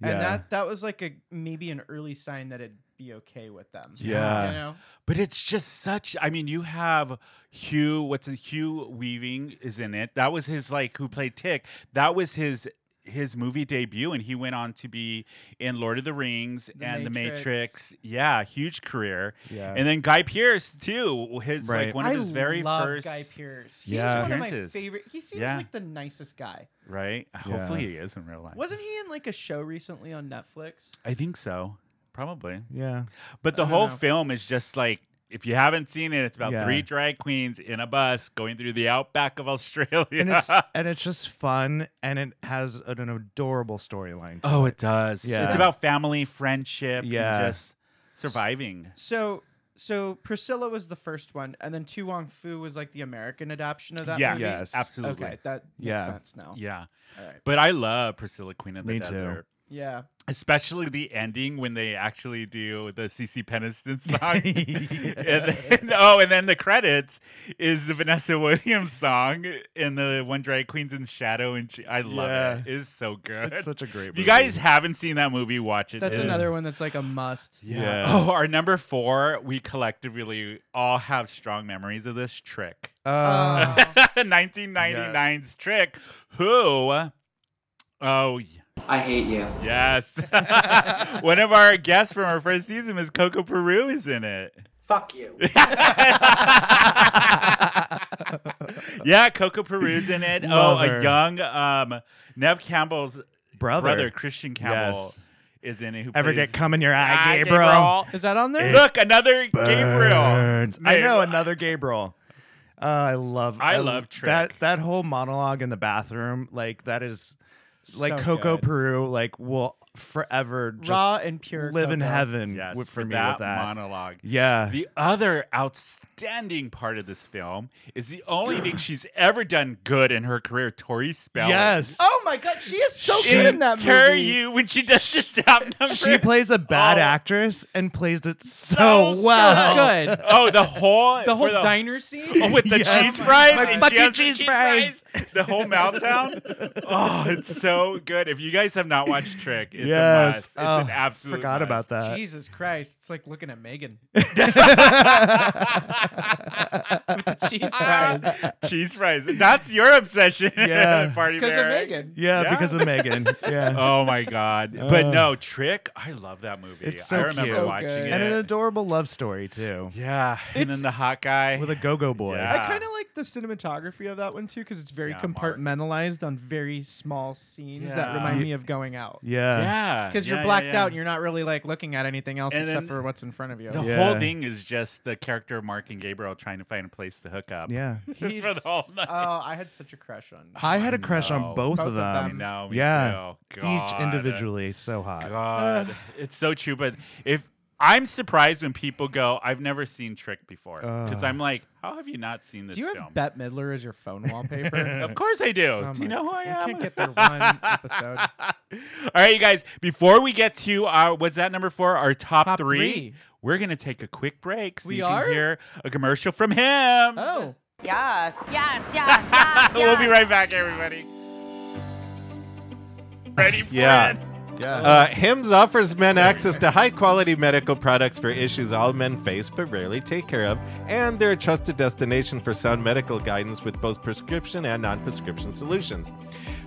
Yeah.
And that that was like a maybe an early sign that it'd be okay with them.
Yeah.
You know?
But it's just such. I mean, you have Hugh. What's it? Hugh Weaving is in it. That was his like who played Tick. That was his his movie debut, and he went on to be in Lord of the Rings
The
and
Matrix.
The Matrix. Yeah, huge career.
Yeah.
And then Guy Pierce too. His like
Right.
one of his
I
very
love
first.
Guy Pierce. He's
Yeah.
one of my
Appearances.
favorite. He seems
Yeah.
like the nicest guy.
Right. Hopefully he is in real life.
Wasn't he in like a show recently on Netflix?
I think so. Probably.
yeah.
But the
don't
whole
know.
film is just like if you haven't seen it, it's about
Yeah.
three drag queens in a bus going through the outback of Australia.
And it's and it's just fun and it has an, an adorable storyline. to
oh, it does.
Yeah.
It's about family, friendship,
Yeah.
and just surviving.
So so Priscilla was the first one, and then Tu Wong Fu was like the American adaptation of that
yes,
movie.
Yeah.
yes,
Yes.
absolutely.
Okay, that makes
Yeah.
sense now.
Yeah.
All right.
But I love Priscilla Queen of the
Me too.
Desert.
Yeah.
Especially the ending when they actually do the CC Peniston song.
Yeah.
and then, oh, and then the credits is the Vanessa Williams song and the one drag queen's in shadow. And she, I love
Yeah.
it. It's so good.
It's such a great
if
movie.
you guys haven't seen that movie, watch it.
That's
It is
another one that's like a must.
Yeah.
Yeah.
Oh, our number four, we collectively all have strong memories of this trick.
Uh,
Uh,
1999's trick. Who? Oh, y-
I hate you.
yes. One of our guests from our first season is Coco Peru is in it.
Fuck you.
Yeah, Coco Peru's in it. oh,
Love
a
her.
young um, Nev Campbell's
brother.
brother, Christian Campbell,
Yes.
is in it. Who
Ever
plays
get cum in your eye,
Ah,
Gabriel?
is that on there?
Look, another Gabriel.
Burns. I know
Name.
another Gabriel. Uh, I love.
I love Trick.
that. That whole monologue in the bathroom, like that is, like
So
Coco
good.
Peru, like will
forever just
raw and pure.
live in
cocoa.
heaven
Yes,
with, for, me
that
with that.
monologue.
yeah.
The other outstanding part of this film is the only thing she's ever done good in her career, Tori Spelling.
yes.
Oh my god, she is so
she
good in that
tear
movie.
you when she does the stop number.
She plays a bad
Oh.
actress and plays it so,
So, so
well.
Good.
oh, the whole
The whole
for the,
diner scene.
oh, with the
Yes.
cheese fries,
My
and she
fucking
has the
cheese fries.
the whole meltdown. oh, it's so good. If you guys have not watched Trick, it's a
Yes.
must. It's
Oh,
an absolute.
Forgot
must.
about that.
Jesus Christ, it's like looking at Megan. Cheese fries.
cheese fries. That's your obsession.
Yeah.
party
Because of
Mary.
Megan.
yeah,
Yeah.
because of Megan. Yeah.
Oh my god! but
Uh.
no, Trick. I love that movie.
It's so
I remember
cute. So
watching
good.
it.
And an adorable love story too.
yeah, and then
It's-
the hot guy
With a go-go boy.
Yeah.
I kind of like the cinematography of that one too, because it's very
Ah. Yeah, Mark.
compartmentalized on very small scenes that
Yeah.
remind me of going out.
Yeah.
yeah,
Because
yeah,
you're blacked
yeah, yeah.
out and you're not really like looking at anything else
And
except
then
for what's in front of you.
The
Yeah.
whole thing is just the character of Mark and Gabriel trying to find a place to hook up.
Yeah.
He's-
For the whole night.
Oh, I had such a crush on.
I had a crush
know.
on both,
Both
of
of
I
them.
them.
know. Me
Yeah.
too.
Each
God.
individually so hot.
God, it's so true. But if I'm surprised when people go, I've never seen Trick before, because
Uh.
I'm like, how have you not seen this
Do you
film?
have Bette Midler as your phone wallpaper?
of course I do.
Oh
do you
my
know who I am?
God, we can't get through one episode.
All right, you guys. Before we get to our was that number four, our top,
Top
3
three.
we're gonna take a quick break so
We
you
are?
can hear a commercial from him.
Oh,
Yes, yes, yes, yes.
we'll be
yes.
right back, everybody. Ready? For
Yeah.
it?
Uh, Hims offers men access to high quality medical products for issues all men face but rarely take care of, and they're a trusted destination for sound medical guidance with both prescription and non prescription solutions.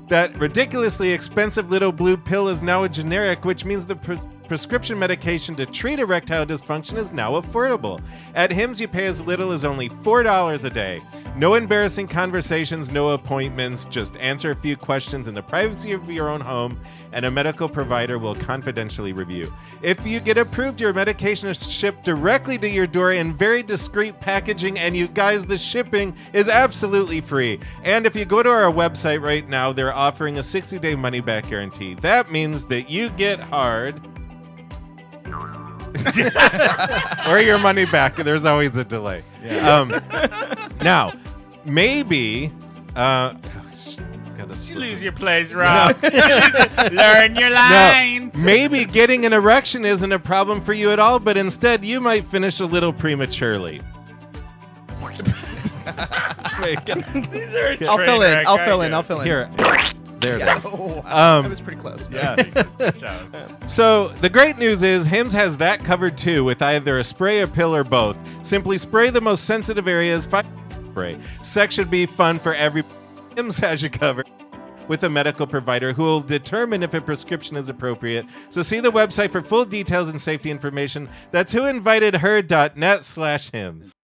That ridiculously expensive little blue pill is now a generic, which means the pres- prescription medication to treat erectile dysfunction is now affordable. At Hims, you pay as little as only $4 a day. No embarrassing conversations, no appointments, just answer a few questions in the privacy of your own home, and a medical provider will confidentially review. If you get approved, your medication is shipped directly to your door in very discreet packaging, and you guys, the shipping is absolutely free. And if you go to our website right now, they're offering a 60 day money back guarantee. That means that you get hard. or your money back. There's always a delay. Um, now, maybe. Uh, oh, sh- gotta
You
slip.
lose your place, Rob. Learn your lines.
Maybe getting an erection isn't a problem for you at all, but instead you might finish a little prematurely.
These are a
I'll
train
fill in.
wreck,
I'll
I
fill in.
know.
I'll fill in.
Here, there it is.
That
Um,
was pretty close.
Yeah, good job.
So the great news is Hims has that covered too with either a spray, a pill, or both. Simply spray the most sensitive areas. Fi- spray. Sex should be fun for every. Hims has you covered with a medical provider who will determine if a prescription is appropriate. So see the website for full details and safety information. That's whoinvitedher.net slash Hims.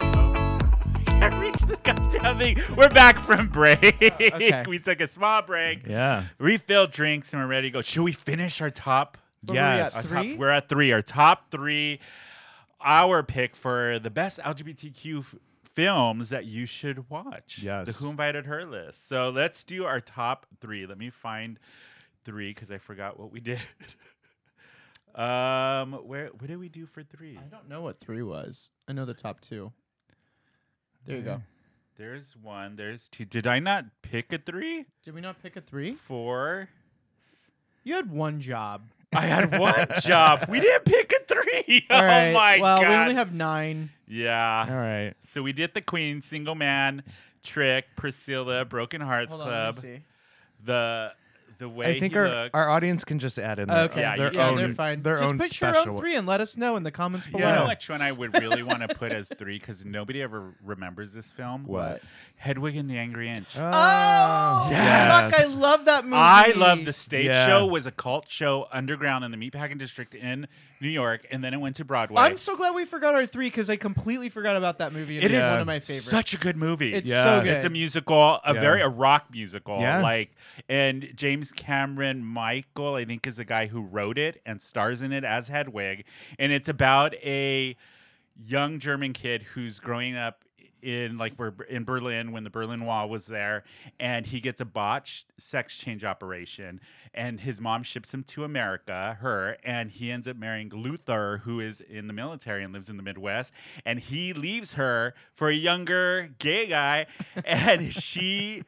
I reached the goddamn thing. We're back from break.
okay.
we took a small break,
Yeah.
refilled drinks, and we're ready to go. Should we finish our top?
What were we at,
Yes.
Our
three?
Top, we're at three. Our top three. Our pick for the best LGBTQ f- films that you should watch.
Yes.
The Who Invited Her list. So let's do our top three. Let me find three because I forgot what we did. um, where what did we do for three?
I don't know what three was. I know the top two. There you go.
There's one. There's two. Did I not pick a three?
Did we not pick a three?
Four.
You had one job.
I had one job. We didn't pick a three.
All
oh
right.
my
well,
god.
we only have nine.
yeah.
All right.
So we did the Queen, Single Man, Trick, Priscilla, Broken Hearts
Hold on, let
Club,
me see.
the the way
I think
he
our,
looks.
our audience can just add in their,
Okay.
Yeah,
their
you- yeah,
own
they're fine.
their
Just
own
pick
special.
your own three and let us know in the comments below.
You know
Yeah.
which one I would really want to put as three because nobody ever remembers this film.
What?
Hedwig and the Angry Inch.
Oh,
Oh,
Yes.
fuck! I love that movie.
I love the stage
Yeah.
show was a cult show underground in the meatpacking district in New York, and then it went to Broadway.
I'm so glad we forgot our three because I completely forgot about that movie. and
It
It's
is
one of my favorites.
uh, Such a good movie.
It's
Yeah.
so good.
It's a musical, a
Yeah.
very a rock musical.
Yeah.
Like and James Cameron Michael, I think, is the guy who wrote it and stars in it as Hedwig. And it's about a young German kid who's growing up in like we're in Berlin when the Berlin Wall was there, and he gets a botched sex change operation, and his mom ships him to America, her, and he ends up marrying Luther, who is in the military and lives in the Midwest, and he leaves her for a younger gay guy, and she.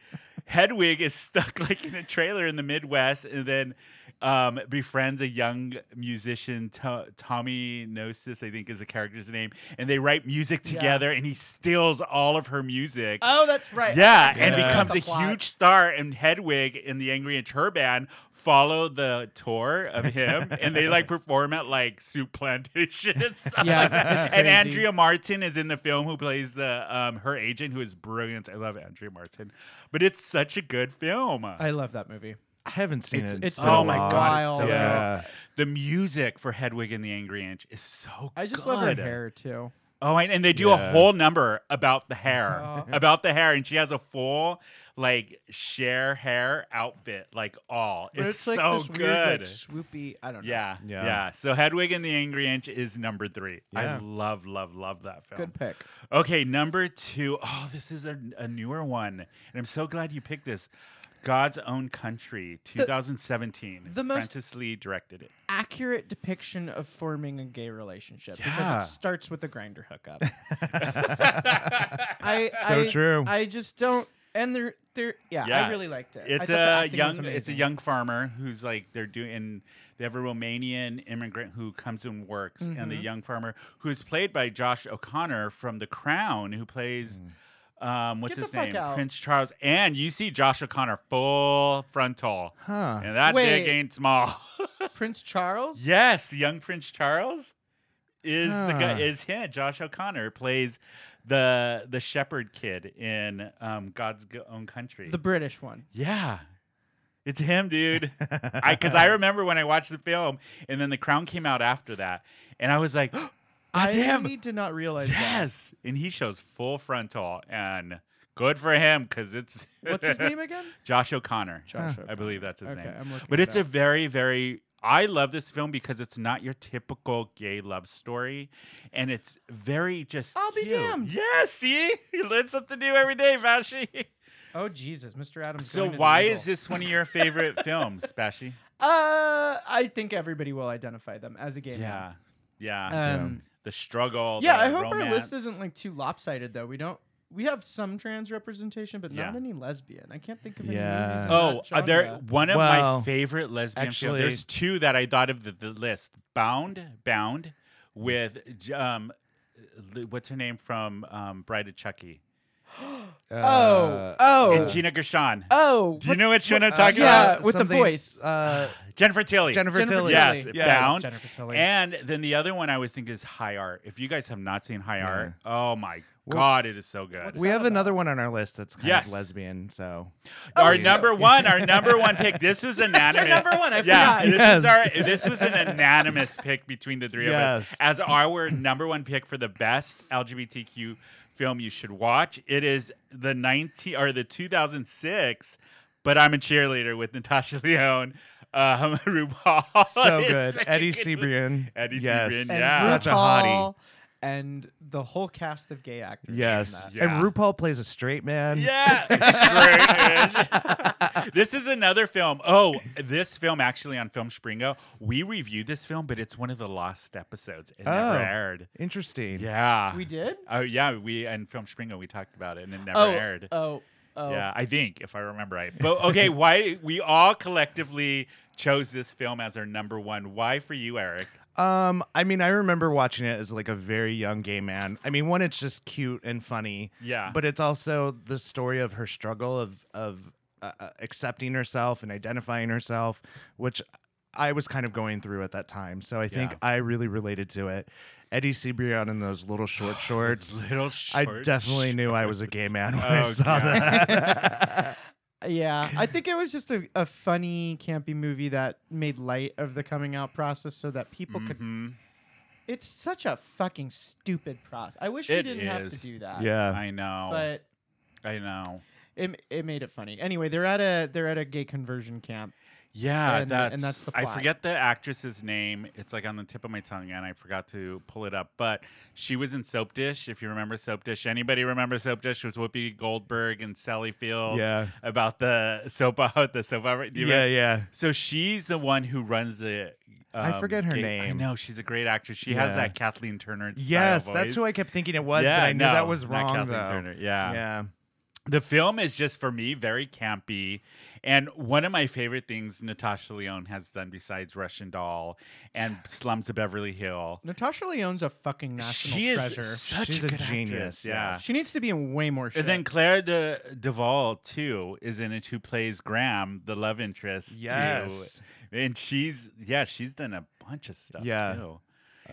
Hedwig is stuck like in a trailer in the Midwest, and then um, befriends a young musician, To- Tommy Gnosis, I think is the character's name, and they write music together, and he steals all of her music.
Oh, that's right.
Yeah, and
Yeah.
becomes
The
a
plot.
huge star. And Hedwig in the Angry and Her band follow the tour of him, and they like perform at like soup plantation and stuff.
Yeah,
like that.
that's
And
crazy.
Andrea Martin is in the film, who plays the um, her agent, who is brilliant. I love Andrea Martin, but it's such a good film.
I love that movie.
I haven't seen
It's-
it. in
it's
so
oh my
long.
god, it's so
wild.
yeah.
Yeah.
The music for Hedwig and the Angry Inch is so
I just
good.
love her hair too.
Oh, and, and they do a
Yeah.
whole number about the hair,
Oh.
about the hair, and she has a full like share hair outfit, like all.
But
It's,
it's, like
so
this
good.
weird, like, swoopy. I don't know.
yeah, yeah,
Yeah.
So Hedwig and the Angry Inch is number three. I
Yeah.
love, love, love that film.
Good pick.
Okay, number two. Oh, this is a, a newer one, and I'm so glad you picked this. God's Own Country, 2017.
the most-
Francis Lee directed it.
Accurate depiction of forming a gay relationship
Yeah.
because it starts with a grinder hookup. I,
So
I-
true.
I just don't. And they're they're yeah.
Yeah.
I really liked it. I
It's
thought the
a
acting was
young, it's a
amazing.
young farmer who's like they're doing. They have a Romanian immigrant who comes and works, and
Mm-hmm.
the young farmer who is played by Josh O'Connor from The Crown, who plays.
Mm.
Um, what's
Get the
his
fuck
name?
out.
Prince Charles. And you see Josh O'Connor full frontal.
Huh.
And that dick
Wait.
ain't small.
Prince Charles.
yes, young Prince Charles is the guy
Huh.
is him. Josh O'Connor plays the the shepherd kid in um, God's G- own country.
The British one.
Yeah. It's him, dude. I cuz I remember when I watched the film and then The Crown came out after that and I was like, "Oh, "That's
I
him."
did not realize that.
Yes. And he shows full frontal and good for him cuz it's
What's his name again?
Josh O'Connor.
Josh.
I believe that's his
Okay,
name.
I'm looking
but
it
it's a very, very. I love this film because it's not your typical gay love story, and it's very just.
I'll be
cute.
damned.
Yeah, see, you learn something new every day, Bashi.
Oh Jesus, Mr. Adams.
So
going to the
why
Eagle.
is this one of your favorite films, Bashi?
Uh, I think everybody will identify them as a gay
Yeah, yeah.
man. Um,
the struggle.
yeah,
the
I hope our
romance.
list isn't like too lopsided though. We don't. We have some trans representation, but not
Yeah.
any lesbian. I can't think of any.
Yeah.
Movies in
Oh,
that
uh, there.
genre.
One of
Well,
my favorite lesbian films.
actually-
There's two that I thought of the, the list. Bound, Bound, with J- um, L- what's her name from um, Bride of Chucky
Oh,
Uh,
oh,
and Gina Gershon.
oh.
Do you know which one I'm
uh,
talking
yeah.
about?
with the
something,
voice.
Uh,
Jennifer Tilly.
Jennifer,
Jennifer
Tilly.
Yes,
Tilly.
Yes.
Bound.
Jennifer Tilly.
And then the other one I always think is High Art. If you guys have not seen High
Yeah.
Art, oh my
Well,
god, it is so good.
We have another one on our list that's kind
Yes.
of lesbian, so
our number one, our number one pick. This was anonymous.
number one, I
yeah,
forgot.
this is
Yes.
our. This was an anonymous pick between the three of us
Yes.
as our number one pick for the best LGBTQ film you should watch. It is the nineteen or the two thousand six. But I'm a cheerleader with Natasha Leone, um, RuPaul.
so
It's
good.
such a
Eddie
good movie.
Sebrian.
Eddie
yes.
Sebrian,
and
yeah.
Such a hottie.
RuPaul And the whole cast of gay actors.
Yes.
Yeah.
And RuPaul plays a straight man.
Yeah. straight edge. this is another film. Oh, this film actually on Film Springo. We reviewed this film, but it's one of the lost episodes. It never
Oh.
aired.
Interesting.
Yeah.
We did.
Oh yeah, we and Film Springo we talked about it and it never
oh,
aired.
oh, oh.
Yeah, I think if I remember right. But okay, why we all collectively chose this film as our number one? Why for you, Eric?
Um, I mean, I remember watching it as like a very young gay man. I mean, one, it's just cute and funny.
Yeah.
But it's also the story of her struggle of of uh, uh, accepting herself and identifying herself, which I was kind of going through at that time. So I think
Yeah.
I really related to it. Eddie Cibrian in those little short shorts.
Little
I
short.
definitely knew I was a gay man when I
Oh,
saw
God.
that.
Yeah, I think it was just a, a funny, campy movie that made light of the coming out process so that people could.
Mhm.
It's such a fucking stupid process. I wish we
It
didn't have to
is.
do that.
yeah.
I know.
But
I know.
it, it made it funny. Anyway, they're at a they're at a gay conversion camp.
Yeah,
and-
that's,
and that's the
I
plot.
forget the actress's name. It's like on the tip of my tongue, and I forgot to pull it up. But she was in Soap Dish. If you remember Soap Dish, anybody remember Soap Dish? It was Whoopi Goldberg and Sally Field
Yeah.
about the soap opera. The soap opera. Do you
yeah,
remember?
yeah.
So she's the one who runs the.
I
um,
forget her
gay- I
name.
know she's a great actress. She has
Yeah.
that Kathleen Turner. style
Yes, that's
voice.
who I kept thinking it was,
yeah,
but I knew
no,
that was
not
wrong
Kathleen
though.
Turner.
Yeah.
The film is just for me very campy, and one of my favorite things Natasha Leone has done besides Russian Doll and Slums of Beverly Hill.
Natasha Leone's a fucking national
she is
treasure.
such
She's
a,
a
good
genius,
actress, Yeah.
She needs to be in way more shit.
And then Claire de Duvall too is in it who plays Graham, the love interest. too.
Yes.
and she's yeah she's done a bunch of stuff.
Yeah.
too.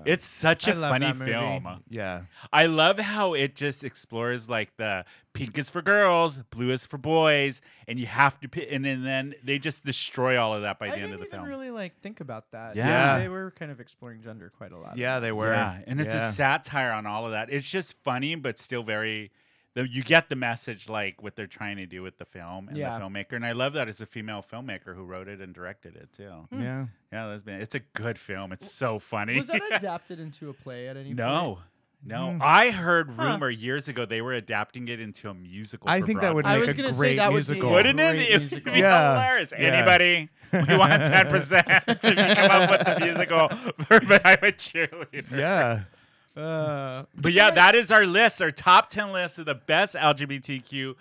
it's such
Uh, I
a
love
funny
that movie.
film.
Yeah.
I love how it just explores like the pink is for girls, blue is for boys, and you have to pick. And, then then they just destroy all of that by
I
the
didn't
end of the
even
film.
really like think about that.
Yeah.
Yeah.
they were kind of exploring gender quite a lot.
Yeah, they were.
Yeah, and it's
Yeah.
a satire on all of that. It's just funny, but still very. the- You get the message, like what they're trying to do with the film and
Yeah.
the filmmaker, and I love that it's a female filmmaker who wrote it and directed it too.
Yeah.
Yeah, lesbian. It's a good film. It's so funny.
Hmm. Was that adapted into a play at any point?
no, no.
Mm.
I heard rumor years ago they were adapting it into a musical.
I
for
think that would
Broadway.
I
make
was
a
gonna say
great
that would be-
musical.
What
Wouldn't it?
Great
It would
musical.
be
Yeah.
hilarious.
Yeah.
Anybody, we want 10% if you come up with the musical but I'm a cheerleader.
yeah.
No. Uh,
But yeah, that is our list, our top 10 list of the best LGBTQ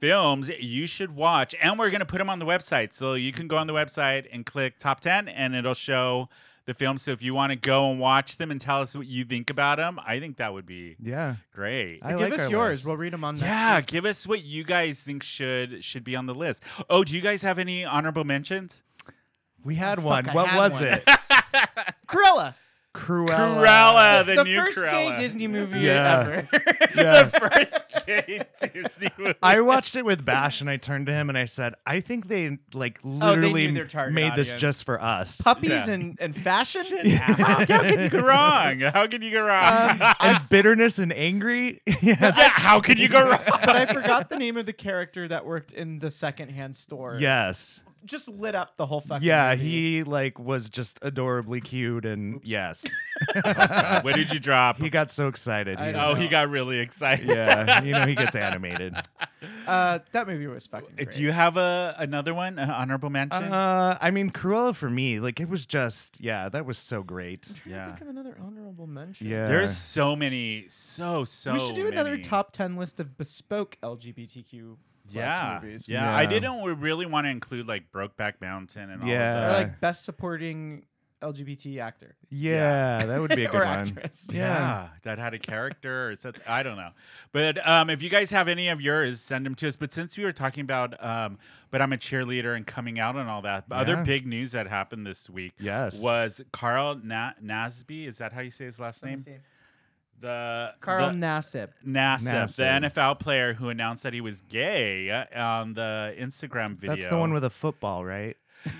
films you should watch. And we're going to put them on the website. So you can go on the website and click top 10 and it'll show the films. So if you want to go and watch them and tell us what you think about them, I think that would be
Yeah.
great.
I
give
like
us
our
yours.
list.
We'll read them on next
Yeah,
week.
give us what you guys think should should be on the list. Oh, do you guys have any honorable mentions?
We had
Oh, Fuck,
one.
I
What
had
was
one.
it?
Cruella,
Cruella.
Cruella, the,
the
new
first
Cruella.
gay Disney movie
Yeah.
ever.
Yeah.
the first gay Disney movie.
I watched it with Bash and I turned to him and I said, I think they like
Oh, they knew
literally
their target
made this
audience.
just for us.
Puppies
Yeah.
and, and fashion.
How can you go wrong? How can you go wrong?
and bitterness and angry. yes.
yeah, how can you go wrong?
but I forgot the name of the character that worked in the secondhand store.
Yes.
just lit up the whole fucking.
Yeah,
movie.
he like was just adorably cute and yes.
Uh, what did you drop?
He got so excited.
I
you
oh,
know.
he got really excited.
Yeah, you know he gets animated.
Uh, that movie was fucking. Great.
Do you have a another one? An honorable mention?
Uh, I mean, Cruella for me, like it was just, yeah, that was so great.
I
yeah.
think of another honorable mention.
Yeah,
There's so many, so so.
we should do another
many.
top ten list of bespoke LGBTQ
yeah,
movies.
yeah. I
Yeah.
didn't w- really want to include like Brokeback Mountain and all
Yeah.
Or
of that.
like best supporting LGBT actor
yeah, that would be a
or
good one.
actress.
Yeah. that had a character. Or is that- I don't know. But um, if you guys have any of yours, send them to us. But since we were talking about, um, but I'm a cheerleader and coming out and all that, other
Yeah.
big news that happened this week
Yes.
was Carl Na- Nasby. Is that how you say his last name? The
Carl
the-
Nassib.
Nassib, the
Nassib.
NFL player who announced that he was gay uh, on the Instagram video.
That's the one with a football, right?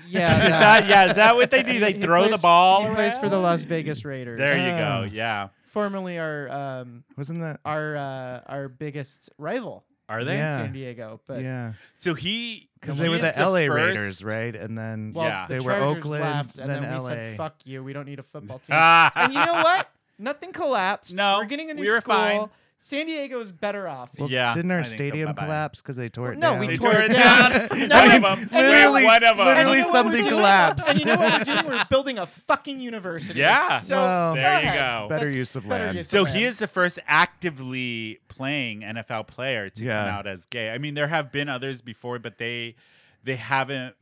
Yeah,
is that yeah? Is that what they do? They
He
throw the
plays-
ball.
He plays for the
around?
Las Vegas Raiders.
There you
Ah.
go. Yeah,
Formerly our um,
Wasn't that?
our uh, our biggest rival
are they?
in
Yeah.
San Diego, but
yeah,
So he
because
he
they were the
is
LA
first-
Raiders, right? And then
well,
Yeah.
the
They were
Chargers
Oakland,
left, and
then
then, we said,
LA.
"Fuck you, we don't need a football team."
Ah.
and you know what? Nothing collapsed.
No,
we're getting a new
we were
school.
fine.
San Diego is better off.
Well,
Yeah,
Didn't
I
our
think so.
stadium
Bye-bye.
collapse because they tore it
Well, no,
down?
we
They
tore
tore it down. one of them.
Literally,
one of them.
And
literally
you know what we're
something
doing?
collapsed.
And you know what we're doing? We're building a fucking university.
Yeah.
So
Well,
There
go
you
ahead.
go.
Better
That's
use of
better
land.
use
So
of
he
land.
is the first actively playing NFL player to come
Yeah.
out as gay. I mean, there have been others before, but they they haven't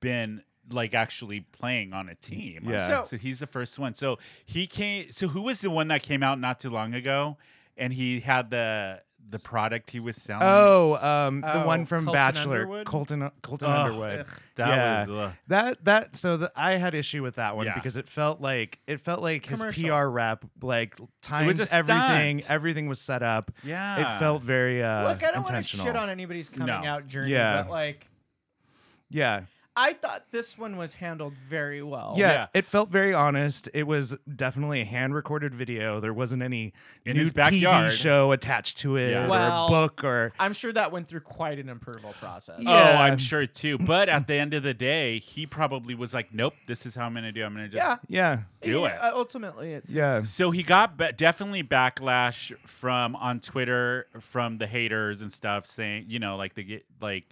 been like actually playing on a team.
Yeah.
So,
So-
he's the first one. So he came. So who was the one that came out not too long ago, and he had the the product he was selling.
Oh, um, the
Oh,
one from
Colton
Bachelor,
Underwood?
Colton Colton
Ugh.
Underwood.
that
yeah.
was uh, ugh.
That that so the, I had issue with that one
Yeah.
because it felt like it felt like his
Commercial.
PR rep like timed
a stunt.
everything. Everything was set up.
Yeah.
it felt very uh,
Look, I don't want to
intentional.
shit on anybody's coming
No.
out journey,
Yeah.
but like,
Yeah,
I thought this one was handled very well.
Yeah,
Oh, Yeah.
it felt very honest. It was definitely a hand recorded video. There wasn't any
In
new
his backyard.
TV show attached to it
Yeah.
or
Well,
a book or
I'm sure that went through quite an improvable process.
Yeah.
Oh, I'm sure too. But at the end of the day, he probably was like, "Nope, this is how I'm gonna do. I'm gonna just
Yeah.
yeah.
do it."
Yeah, uh, ultimately, it's
Yeah.
So he got ba- definitely backlash from on Twitter from the haters and stuff saying, you know, like they get like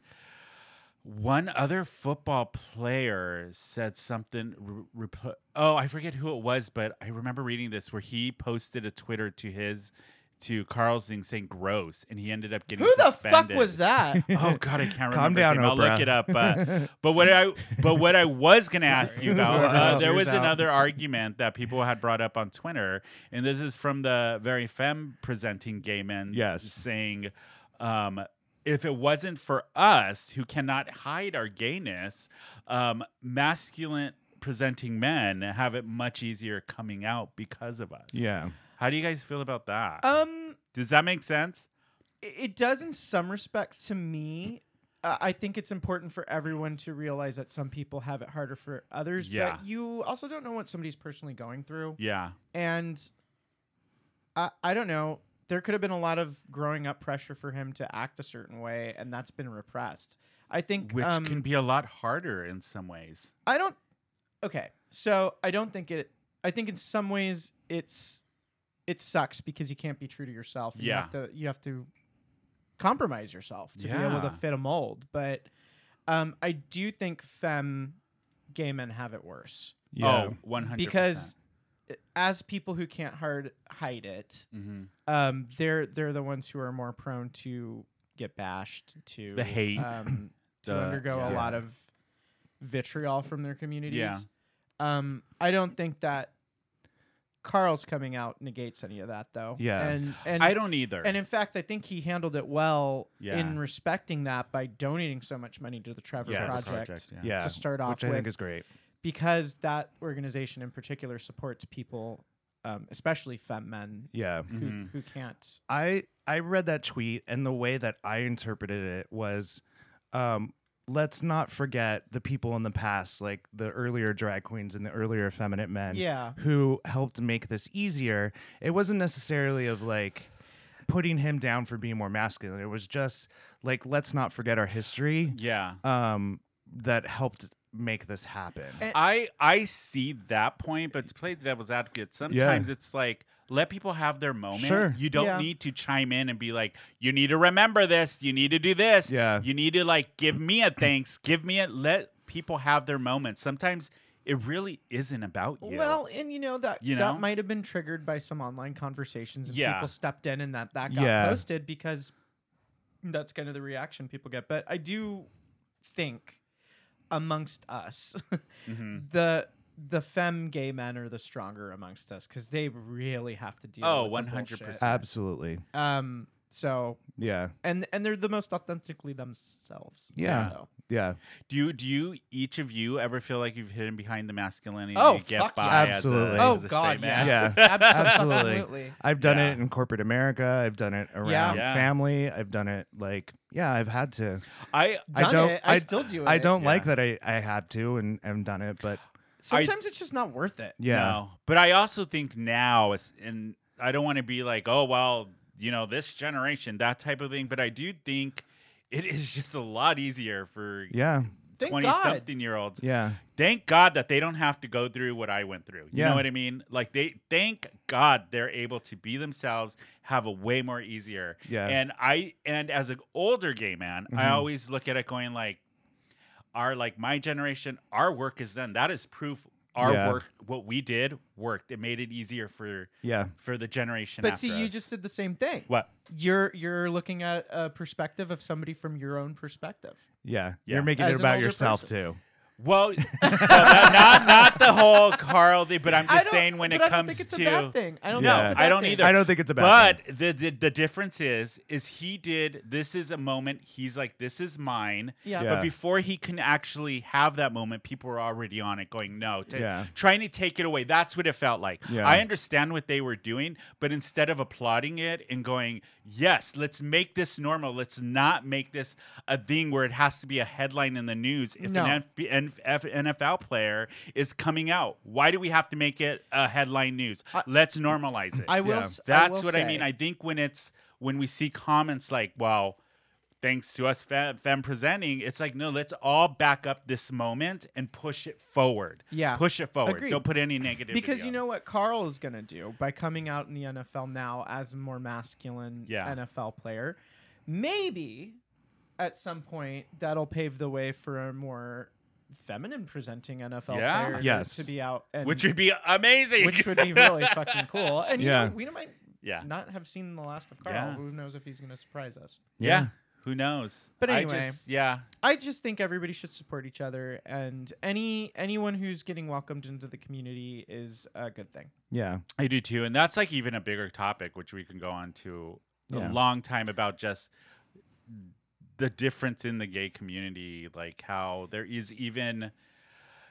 one other football player said something. Re- repl- oh, I forget who it was, but I remember reading this where he posted a Twitter to his to Carl's thing saying "gross," and he ended up getting
Who the fuck
suspended.
was that?
Oh God, I can't remember.
Calm
his
down,
name. I'll look
Oprah.
it up. Uh, but what I but what I was going to ask you about, uh, there was
Cheers out.
another argument that people had brought up on Twitter, and this is from the very femme presenting gay men.
Yes.
saying. Um, if it wasn't for us who cannot hide our gayness, um, masculine presenting men have it much easier coming out because of us.
Yeah.
How do you guys feel about that?
Um,
Does that make sense?
i- it does in some respects to me. Uh, I think it's important for everyone to realize that some people have it harder for others.
Yeah.
But you also don't know what somebody's personally going through.
Yeah.
And I, I don't know. There could have been a lot of growing up pressure for him to act a certain way, and that's been repressed. I think
Which
um,
can be a lot harder in some ways.
I don't. Okay, so I don't think it. I think in some ways it's it sucks because you can't be true to yourself. and
Yeah.
You have to you have to compromise yourself to be able
Yeah.
to fit a mold. But um, I do think femme gay men have it worse
Yeah.
Oh, 100
because eh, as people who can't hard hide it, um, they're they're the ones who are more prone to get bashed to
The hate.
um, to
The-
undergo a
yeah.
lot of vitriol from their communities.
Yeah.
Um, I don't think that Carl's coming out negates any of that though.
Yeah.
And and
I don't either.
and in fact, I think he handled it well
Yeah.
in respecting that by donating so much money to the Trevor
Yes.
Project,
yeah.
yeah.
to start off
Which I
with
think is great.
because that organization in particular supports people, um, especially femme men,
Yeah.
who,
Mhm.
who can't.
I I read that tweet and the way that I interpreted it was um let's not forget the people in the past like the earlier drag queens and the earlier effeminate men
Yeah.
who helped make this easier. It wasn't necessarily of like putting him down for being more masculine. It was just like let's not forget our history
Yeah.
um that helped make this happen.
And-
I I see that point, but to play the devil's advocate, sometimes it's like let people have their moment.
Sure.
You don't
Yeah.
need to chime in and be like, you need to remember this, you need to do this.
Yeah.
You need to like give me a thanks, give me a let people have their moments. Sometimes it really isn't about you.
Well, and you know that
You know?
that might have been triggered by some online conversations, and
Yeah.
people stepped in, and that that got
Yeah.
posted because that's kind of the reaction people get. But I do think amongst us,
Mhm.
the the femme gay men are the stronger amongst us because they really have to deal.
Oh,
with the
100%.
bullshit.
Absolutely.
Um. So
Yeah.
and and they're the most authentically themselves.
Yeah.
So.
Yeah.
do you do you each of you ever feel like you've hidden behind the masculinity?
Oh,
you get
fuck yeah.
by as a-
Absolutely.
as
Oh,
a straight
God,
man?
Yeah.
Absolutely.
I've done
Yeah.
it in corporate America. I've done it around
Yeah.
family. I've done it like yeah, I've had to.
I
I
Done
don't
it. I still do
I
it.
don't like
Yeah.
that I I have to and have done it, but
Sometimes it's just not worth it.
yeah.
No. But I also think now, it's- and I don't want to be like, oh, well, you know, this generation, that type of thing. But I do think it is just a lot easier for
Yeah.
20 something year olds.
Yeah.
Thank God that they don't have to go through what I went through. You
Yeah.
know what I mean? Like, they thank God they're able to be themselves, have a way more easier.
Yeah.
And I, and as an older gay man, I
Mm-hmm.
Mhm.
always look at it going like, our like my generation, our work is done. That is proof our
Yeah.
work, what we did, worked. It made it easier for
Yeah.
for the generation.
But
after
see, you
us.
just did the same thing.
what?
You're you're looking at a perspective of somebody from your own perspective.
Yeah.
Yeah.
You're making
As
it
an
about
older
yourself
person.
too.
Well, no, not, not not the whole Carl thing, but I'm
I
just
don't-
saying when
but
it
I don't
comes
think it's
to
a bad thing. I don't
No,
think it's a bad
I don't
thing.
either.
I don't think it's a bad thing.
But the, the the difference is is he did this is a moment he's like this is mine.
Yeah.
But
Yeah.
before he can actually have that moment, people are already on it going no, ta-
Yeah.
trying to take it away. That's what it felt like.
Yeah.
I understand what they were doing, but instead of applauding it and going yes, let's make this normal. Let's not make this a thing where it has to be a headline in the news if
No.
an F- N- F- NFL player is coming out. Why do we have to make it a headline news? let's normalize it.
I will.
Yeah.
s-
That's
will
what I mean.
say-
I think when it's when we see comments like, "Well, thanks to us fem, fem presenting," it's like, no, let's all back up this moment and push it forward.
Yeah.
push it forward.
Agreed.
Don't put any negative.
because you know what Carl is going to do by coming out in the NFL now as a more masculine
Yeah.
NFL player. Maybe at some point that'll pave the way for a more feminine presenting NFL
Yeah.
player to-
Yes.
to be out and
which would be amazing.
which would be really fucking cool. And
Yeah.
you know, we might
yeah.
not have seen the last of Carl.
Yeah.
Who knows if he's going to surprise us?
yeah, Who knows?
But
I
anyway.
just- yeah,
I just think everybody should support each other, and any anyone who's getting welcomed into the community is a good thing.
Yeah.
I do too, and that's like even a bigger topic, which we can go on to
Yeah.
a long time about just the difference in the gay community, like how there is even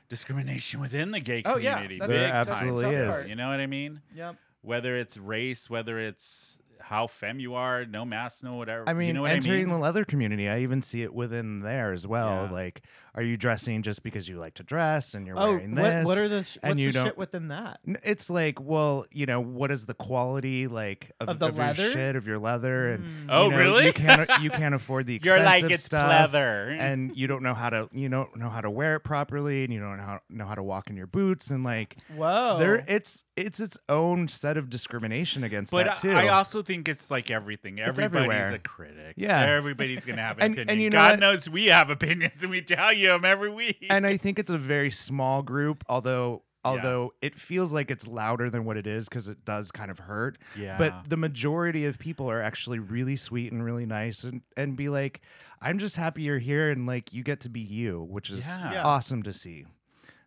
discrimination within the gay
Oh, yeah,
community.
that's-
big
There
time.
absolutely
that's-
is.
You know what I mean?
Yep.
Whether it's race, whether it's how femme you are, no mask, no whatever.
I mean,
you know what
entering
I mean?
the leather community, I even see it within there as well.
Yeah.
Like, are you dressing just because you like to dress and you're
Oh,
wearing
what,
this?
what are the sh-
and
what's
you
the
don't-
shit within that?
N- It's like, well, you know, what is the quality like of,
Of the
your
leather?
shit of your leather? And you
Oh,
know,
really?
You can't you can't afford the
You're
expensive
like, it's
stuff,
pleather.
and you don't know how to you don't know how to wear it properly, and you don't know how, know how to walk in your boots, and like
Whoa.
there, it's it's its own set of discrimination against
But
that too.
I I also think it's like everything. Everybody's
everywhere.
a critic.
Yeah.
Everybody's gonna have an
And-
opinion.
and you know
God
what?
knows we have opinions and we tell you them every week.
and I think it's a very small group, although
Yeah.
although it feels like it's louder than what it is because it does kind of hurt.
Yeah.
But the majority of people are actually really sweet and really nice and and be like, I'm just happy you're here and like you get to be you, which is
Yeah. Yeah.
awesome to see.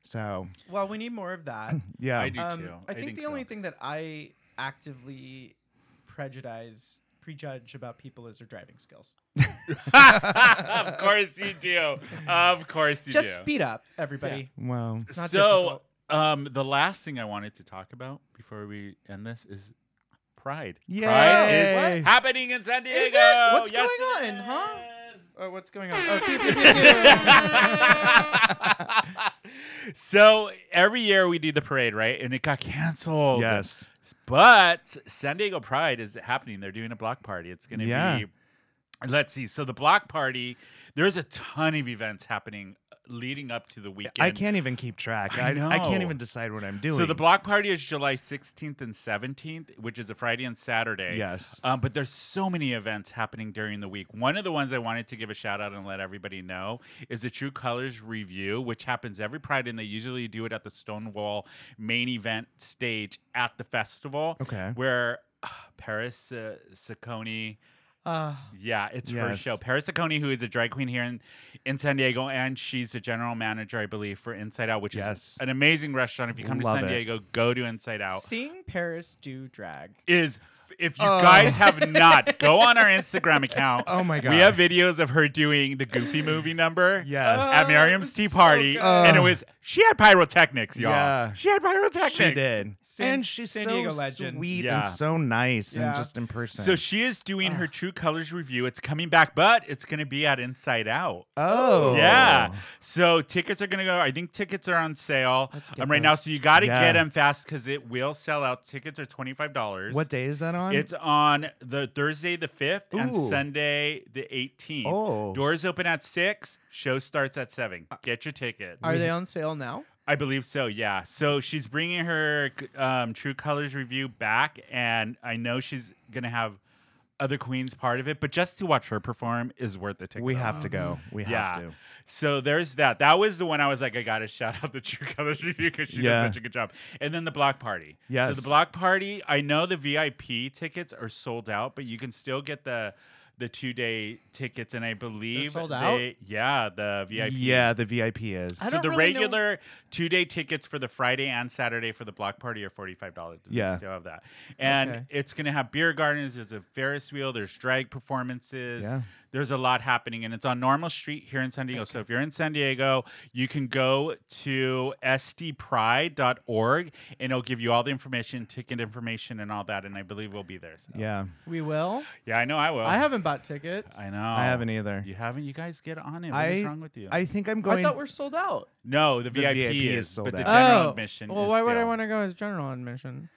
So
well, we need more of that.
yeah.
I do
Um,
too.
I think, the
so.
only thing that I actively prejudice prejudge about people is their driving skills.
of course you do. Of course you
Just
do.
speed up, everybody.
Well,
not
so, um, the last thing I wanted to talk about before we end this is Pride. Pride is
Yay. What?
happening in San Diego.
Is it? What's
Yes,
going
it
on, huh?
is.
Oh, what's going on? Oh, pew, pew, pew, pew.
so every year we do the parade, right? And it got canceled.
yes.
But San Diego Pride is happening. They're doing a block party. It's going to
Yeah.
be, let's see. So the block party, there's a ton of events happening uh, leading up to the weekend.
I can't even keep track.
I
I, I, can't
know.
even decide what I'm doing.
So the block party is July 16th and 17th, which is a Friday and Saturday.
Yes.
Um, but there's so many events happening during the week. One of the ones I wanted to give a shout out and let everybody know is the True Colors Review, which happens every Pride, and they usually do it at the Stonewall main event stage at the festival.
Okay.
Where uh, Paris uh, Saccone.
Uh,
Yeah, it's her
Ah. Yes.
show. Paris Saccone, who is a drag queen here in, in San Diego, and she's the general manager, I believe, for Inside Out, which is
Yes.
an amazing restaurant. If you come
Love
to San
it.
Diego, go to Inside Out.
seeing Paris do drag.
Is if you
Oh.
guys have not, go on our Instagram account.
Oh my
We have
God.
videos of her doing the Goofy movie number.
Yes. Oh,
At Miriam's tea
so
party,
good.
and it was she had pyrotechnics, y'all.
Yeah.
She had pyrotechnics.
she did.
San-
and she's
San
so
Diego legend.
sweet
Yeah.
and so nice
Yeah.
and just in person.
So she is doing
Ah.
her True Colors review. It's coming back, but it's going to be at Inside Out.
Oh.
Yeah. So tickets are gonna go. I think tickets are on sale um, right now. So you got to 'em
Yeah.
get them fast because it will sell out. Tickets are twenty five dollars.
What day is that on?
It's on the Thursday the fifth and
Ooh.
Sunday the eighteenth.
Oh. Uh,
Doors open at six. Show starts at seven. Get your tickets.
Are they on sale now?
I believe so. Yeah. So she's bringing her um, True Colors review back, and I know she's gonna have other queens part of it. But just to watch her perform is worth the ticket.
we
alone.
have to
Um,
go. We have to.
So there's that. That was the one I was like, I gotta shout out the True Colors review because she
Yeah.
does such a good job. And then the block party. So
Yes.
the block party, I know the VIP tickets are sold out, but you can still get the the two day tickets, and I believe
sold
they, yeah, the VIP.
Yeah, the VIP is.
I
So
don't
the
really know-
regular two day tickets for the Friday and Saturday for the block party are forty five dollars.
Yeah.
still have that, and
Okay.
it's gonna have beer gardens. There's a Ferris wheel. There's drag performances.
Yeah.
There's a lot happening, and it's on Normal Street here in San Diego. So if you're in San Diego, you can go to sdpride.org, and it'll give you all the information, ticket information, and all that. And I believe we'll be there. So.
yeah,
We will.
yeah, I know I will.
I haven't bought tickets.
Oh. I know.
I haven't either.
You haven't. You guys get on it. What's
I-
wrong with you?
I think
I
I'm going.
thought we're sold out.
No, the, VIP,
VIP
is,
is sold
but the
out.
general
oh,
admission.
well,
is
why would I
still
want to go as general admission?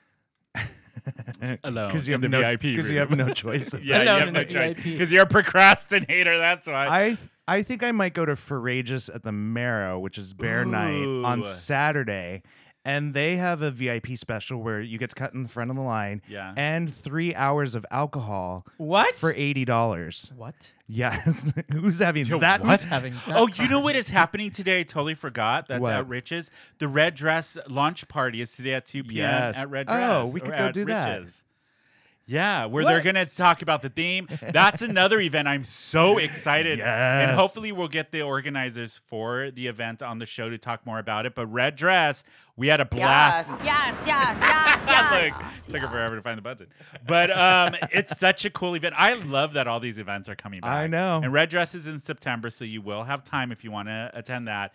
alone?
because you have
in the
no
VIP
because you
room.
have no choice. at
yeah,
that.
you
Alone
have
in
no
the
choice
VIP.
because you're a procrastinator. That's why.
I I think I might go to Forageous at the Marrow, which is Bear Night on
Ooh.
Saturday, and they have a VIP special where you get to cut in the front of the line.
Yeah.
and three hours of alcohol
What?
for eighty dollars.
what?
Yes, who's having that?
what?
having that
oh, you know what is happening today? I totally forgot. That's
What?
at Rich's. The Red Dress launch party is today at 2 p.m.
Yes.
at Red
Oh,
Dress.
we could
or
go
at
do that.
Rich's. Yeah, where they're going to talk about the theme. That's another event I'm so excited. And
Yes.
hopefully we'll get the organizers for the event on the show to talk more about it. But Red Dress, we had a blast.
Yes, yes, yes, yes, yes.
Look, took her forever to find the button. But um, it's such a cool event. I love that all these events are coming back.
I know.
And Red Dress is in September, so you will have time if you want to attend that.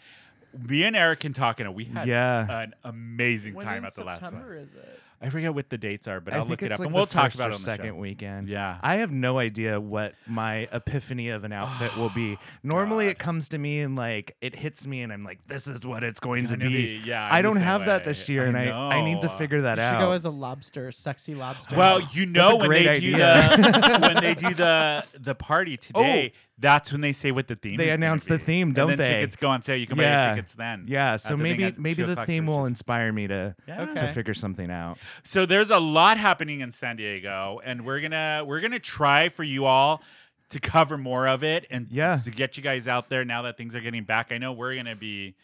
Me and Eric can talk in it. We had
Yeah.
an amazing
When
time
in
at the last
September
one.
is it?
I forget what the dates are, but
I
I'll look
think
it
it's
up
like
and
the
we'll talk
first
about
or
it on the
second
show.
weekend.
Yeah.
I have no idea what my epiphany of an outfit will be. Normally, it comes to me and like it hits me, and I'm like, "This is what it's going to
Gonna
be."
be- yeah, I'm
I
the
don't
same
have that
way.
this year,
I
and I I need to
know.
figure that
You should
out.
go as a lobster, sexy lobster.
Well, you know when
great
they do the when they do the the party today, that's when they say what the theme.
Oh. They
is gonna
announce the
be.
theme,
And
don't
then
they?
Tickets go on sale. You can buy
Yeah.
your tickets then.
yeah,
at
so
the thing
maybe
at
maybe
2
the
o'clock,
theme
so
will
it's just-
inspire me to
Yeah.
to
Okay.
figure something out.
So there's a lot happening in San Diego, and we're gonna we're gonna try for you all to cover more of it and
Yeah.
to get you guys out there now that things are getting back. I know we're gonna be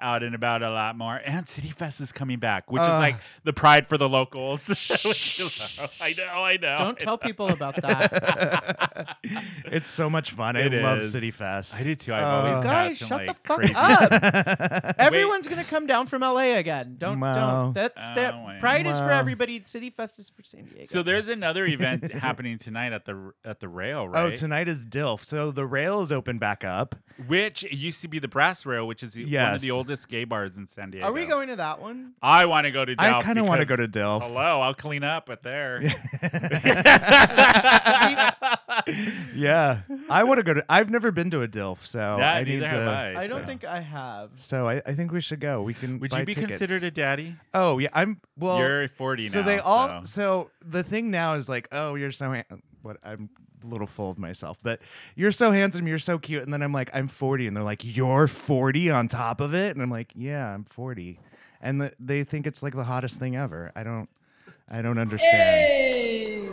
out and about a lot more, and City Fest is coming back, which
Uh.
is like the pride for the locals. Which you love. I know, I know.
don't
I
tell people about that.
it's so much fun.
It
I love
is.
City Fest.
I do too. I've always
Uh,
Guys,
gotten,
shut the
Oh, like,
fuck
crazy-
up. Everyone's gonna come down from LA again. Don't
Wow.
don't. That's that.
Oh, wait.
Pride is for
Wow.
everybody. City Fest is for San Diego.
So there's another event happening tonight at the at the rail,
Oh,
right?
tonight is DILF. So the rail is open back up.
which it used to be the Brass Rail, which is the- one of the
Yes.
oldest gay bars in San Diego.
Are we going to that one?
I want to go to.
I
Delft
kind of want to go
because-
to DILF.
Hello, I'll clean up at there.
yeah, I want to go to. I've never been to a DILF, so
That
Oh, I need
neither
to.
have I,
I don't
so.
think I have.
So I, I think we should go. We can.
Would
buy
you be
tickets.
considered a daddy?
Oh yeah, I'm. Well,
You're 40
so
now,
they all.
so-
So the thing now is like, oh, you're so. Han- what I'm a little full of myself, but you're so handsome, you're so cute, and then I'm like, I'm 40, and they're like, you're 40 on top of it, and I'm like, yeah, I'm 40, and the, they think it's like the hottest thing ever. I don't. I don't understand.
Hey,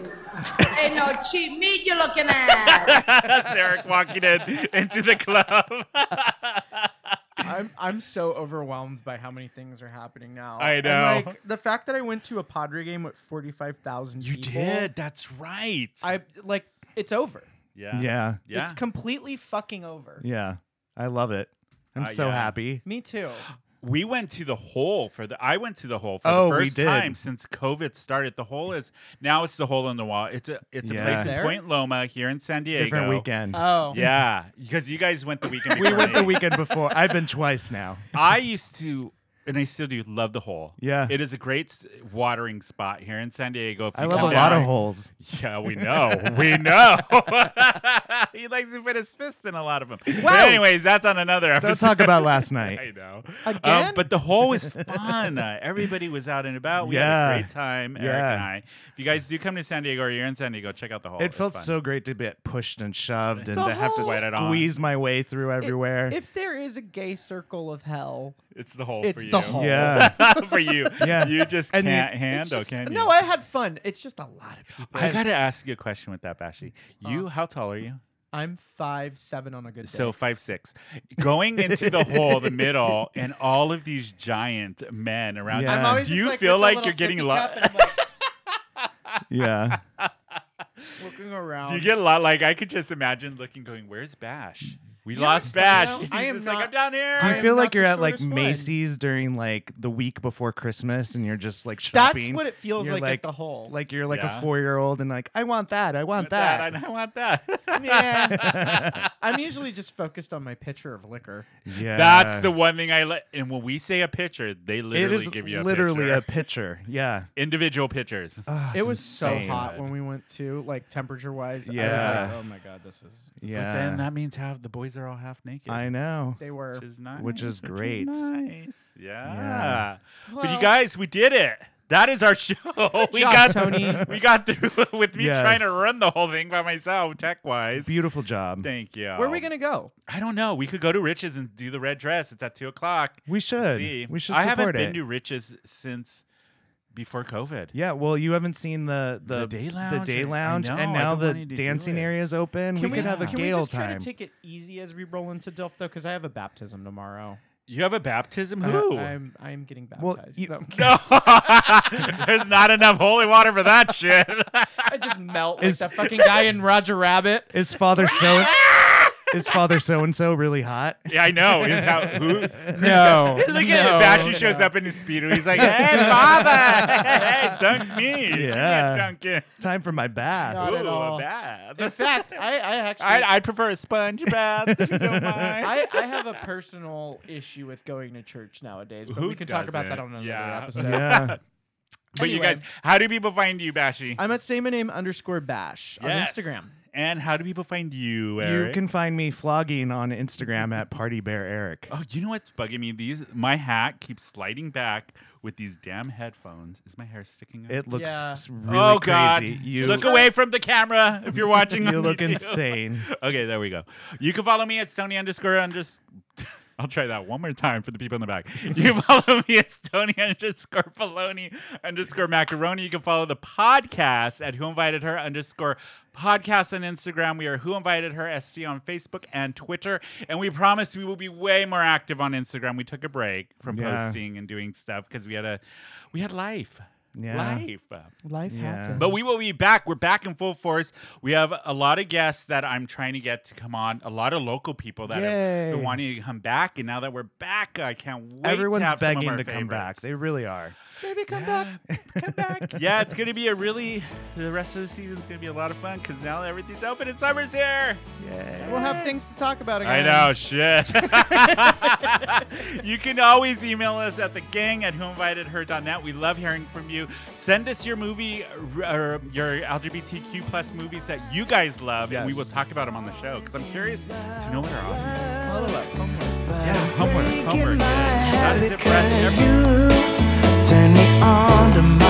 ain't no cheap meat you're looking at.
That's Eric walking in into the club.
I'm I'm so overwhelmed by how many things are happening now.
I
And,
know.
like the fact that I went to a Padre game with forty five thousand.
You did. That's right.
I like it's over.
yeah.
Yeah,
Yeah.
It's completely fucking over.
yeah, I love it. I'm
Uh,
so
yeah.
happy.
Me too.
we went to the hole for the. I went to the hole for
Oh,
the
we
first
did.
time since COVID started. The hole is now it's the hole in the wall. It's a it's a
Yeah.
place in
There?
Point Loma here in San Diego.
Different weekend.
Oh.
Yeah, because you guys went the weekend.
we
before
went the
me.
weekend before. I've been twice now.
I used to, and I still do, love the hole.
Yeah.
It is a great s- watering spot here in San Diego. If
I
you
love a
come
lot of
down-
holes.
Yeah, we know. we know. he likes to put his fist in a lot of them. But anyways, that's on another episode.
Don't talk about last night.
I know. Um,
Again?
but the hole was fun. Uh, everybody was out and about. We had a
Yeah.
great time, Eric
Yeah.
and I. If you guys do come to San Diego or you're in San Diego, check out the hole.
It
It's
felt
fun.
so great to be pushed and shoved and
The
to have to
whole-
Sweat it on.
squeeze my way through
I-
everywhere.
If there is a gay circle of hell,
It's the hole
it's
for you.
the hole.
yeah.
for you.
Yeah.
You just
And you-
can't
It's
handle,
just-
can you?
no, I had fun. It's just a lot of people.
I gotta ask you a question with that, Bashi. You, how tall are you?
I'm five seven on a good day.
So five six. Going into the hole, the middle, and all of these giant men around.
Yeah.
you.
I'm always
Do
just
you
like
feel
with the
like
little
you're getting
sippy
lo-
cup and I'm like,
yeah.
looking around.
Do you get a lot? Like I could just imagine looking, going, "Where's Bash? We
You know
lost Bash."
what's- you know,
He's
I am
just
not-
like, "I'm down here."
Mm-hmm. Do you
I am
feel
not
like you're
the
at like
shortest one.
Macy's during like the week before Christmas and you're just like shopping?
That's what it feels
You're
like,
like-
at the hole.
like you're like
Yeah.
a four year old and like I want that, I
I want
want
that.
that.
I, I want that.
yeah. I'm usually just focused on my pitcher of liquor.
Yeah,
That's the one thing I let. And when we say a picture, they
It
literally
is
give you a
literally
picture.
a pitcher. Yeah,
individual pictures.
Ah,
it
it's
was
insane.
so hot when we went to, like temperature wise. I was
Yeah.
like,
oh my god, this is.
But then
Yeah,
that means half the boys are all half naked.
I know.
they were.
Which is nice.
Which is great.
nice. Yeah.
Yeah.
but you
Well-
guys, we did it. That is our show. we
job,
got
Tony.
We got through it with me
Yes.
trying to run the whole thing by myself, tech wise.
Beautiful job.
Thank you.
Where are we gonna go?
I don't know. We could go to Rich's and do the red dress. It's at two o'clock.
We should.
See,
We should
I
support
haven't
it.
been to Rich's since before COVID.
yeah, well, you haven't seen the the,
The day lounge,
day
I- I
lounge,
know,
and
I've
now
been
the
wanting to do
dancing
it.
area is open.
Can
we
we,
could have a
can we
gale
just try
time.
to take it easy as we roll into Delft though? Because I have a baptism tomorrow.
You have a baptism?
I-
Who?
Uh, I'm I'm getting baptized.
Well, you-
No,
no, there's not enough holy water for that shit.
I just melt like
Is-
that fucking guy in Roger Rabbit.
Is father so is father so and so really hot?
yeah, I know. Is how who?
No.
Look at Bashy shows up in his speedo. He's like, "Hey, father, hey, dunk me, Give me a
Yeah.
dunk in."
Time for my bath.
Not at
Ooh,
all.
a bath.
In fact, I, I actually
I'd, I'd prefer a sponge bath if you don't mind.
I, I have a personal issue with going to church nowadays, but
Who
we can talk about that on
doesn't?
another
Yeah.
episode.
Yeah.
but you
anyway.
guys, how do people find you, Bashy?
I'm at same name underscore bash
Yes.
on Instagram.
And how do people find you, Eric?
You can find me flogging on Instagram at Party Bear Eric.
Oh, you know what's bugging me? These my hat keeps sliding back with these damn headphones. Is my hair sticking out?
It looks
Yeah.
s- really
oh God!
crazy. You
Look away from the camera if you're watching.
You
on
look
YouTube.
insane.
okay, there we go. You can follow me at Stony underscore underscore. I'll try that one more time for the people in the back. You can follow me at Stony underscore Baloney underscore Macaroni. You can follow the podcast at Who Invited Her underscore podcast on Instagram. We are Who Invited Her SC on Facebook and Twitter. And we promise we will be way more active on Instagram. We took a break from
Yeah.
posting and doing stuff because we had a we had life.
Yeah.
Life.
Life
Yeah. happens.
But we will be back. We're back in full force. We have a lot of guests that I'm trying to get to come on. A lot of local people that have been
Yay.
wanting to come back, and now that we're back, I can't wait. to
Everyone's
have some of
begging
our
to come back. They
favorites.
really are.
Maybe come back.
yeah, it's gonna be a really. The rest of the season's gonna be a lot of fun because now everything's open and summer's here.
We'll have things to talk about
I
again.
know, shit. you can always email us at the gang at whoinvitedher.net. We love hearing from you. Send us your movie or your LGBTQ plus movies that you guys love, and we
Yes.
will talk about them on the show because I'm curious to know what our audience. Follow up, homework. Yeah, homework, homework. yeah. That's it for us.
Turn me on to my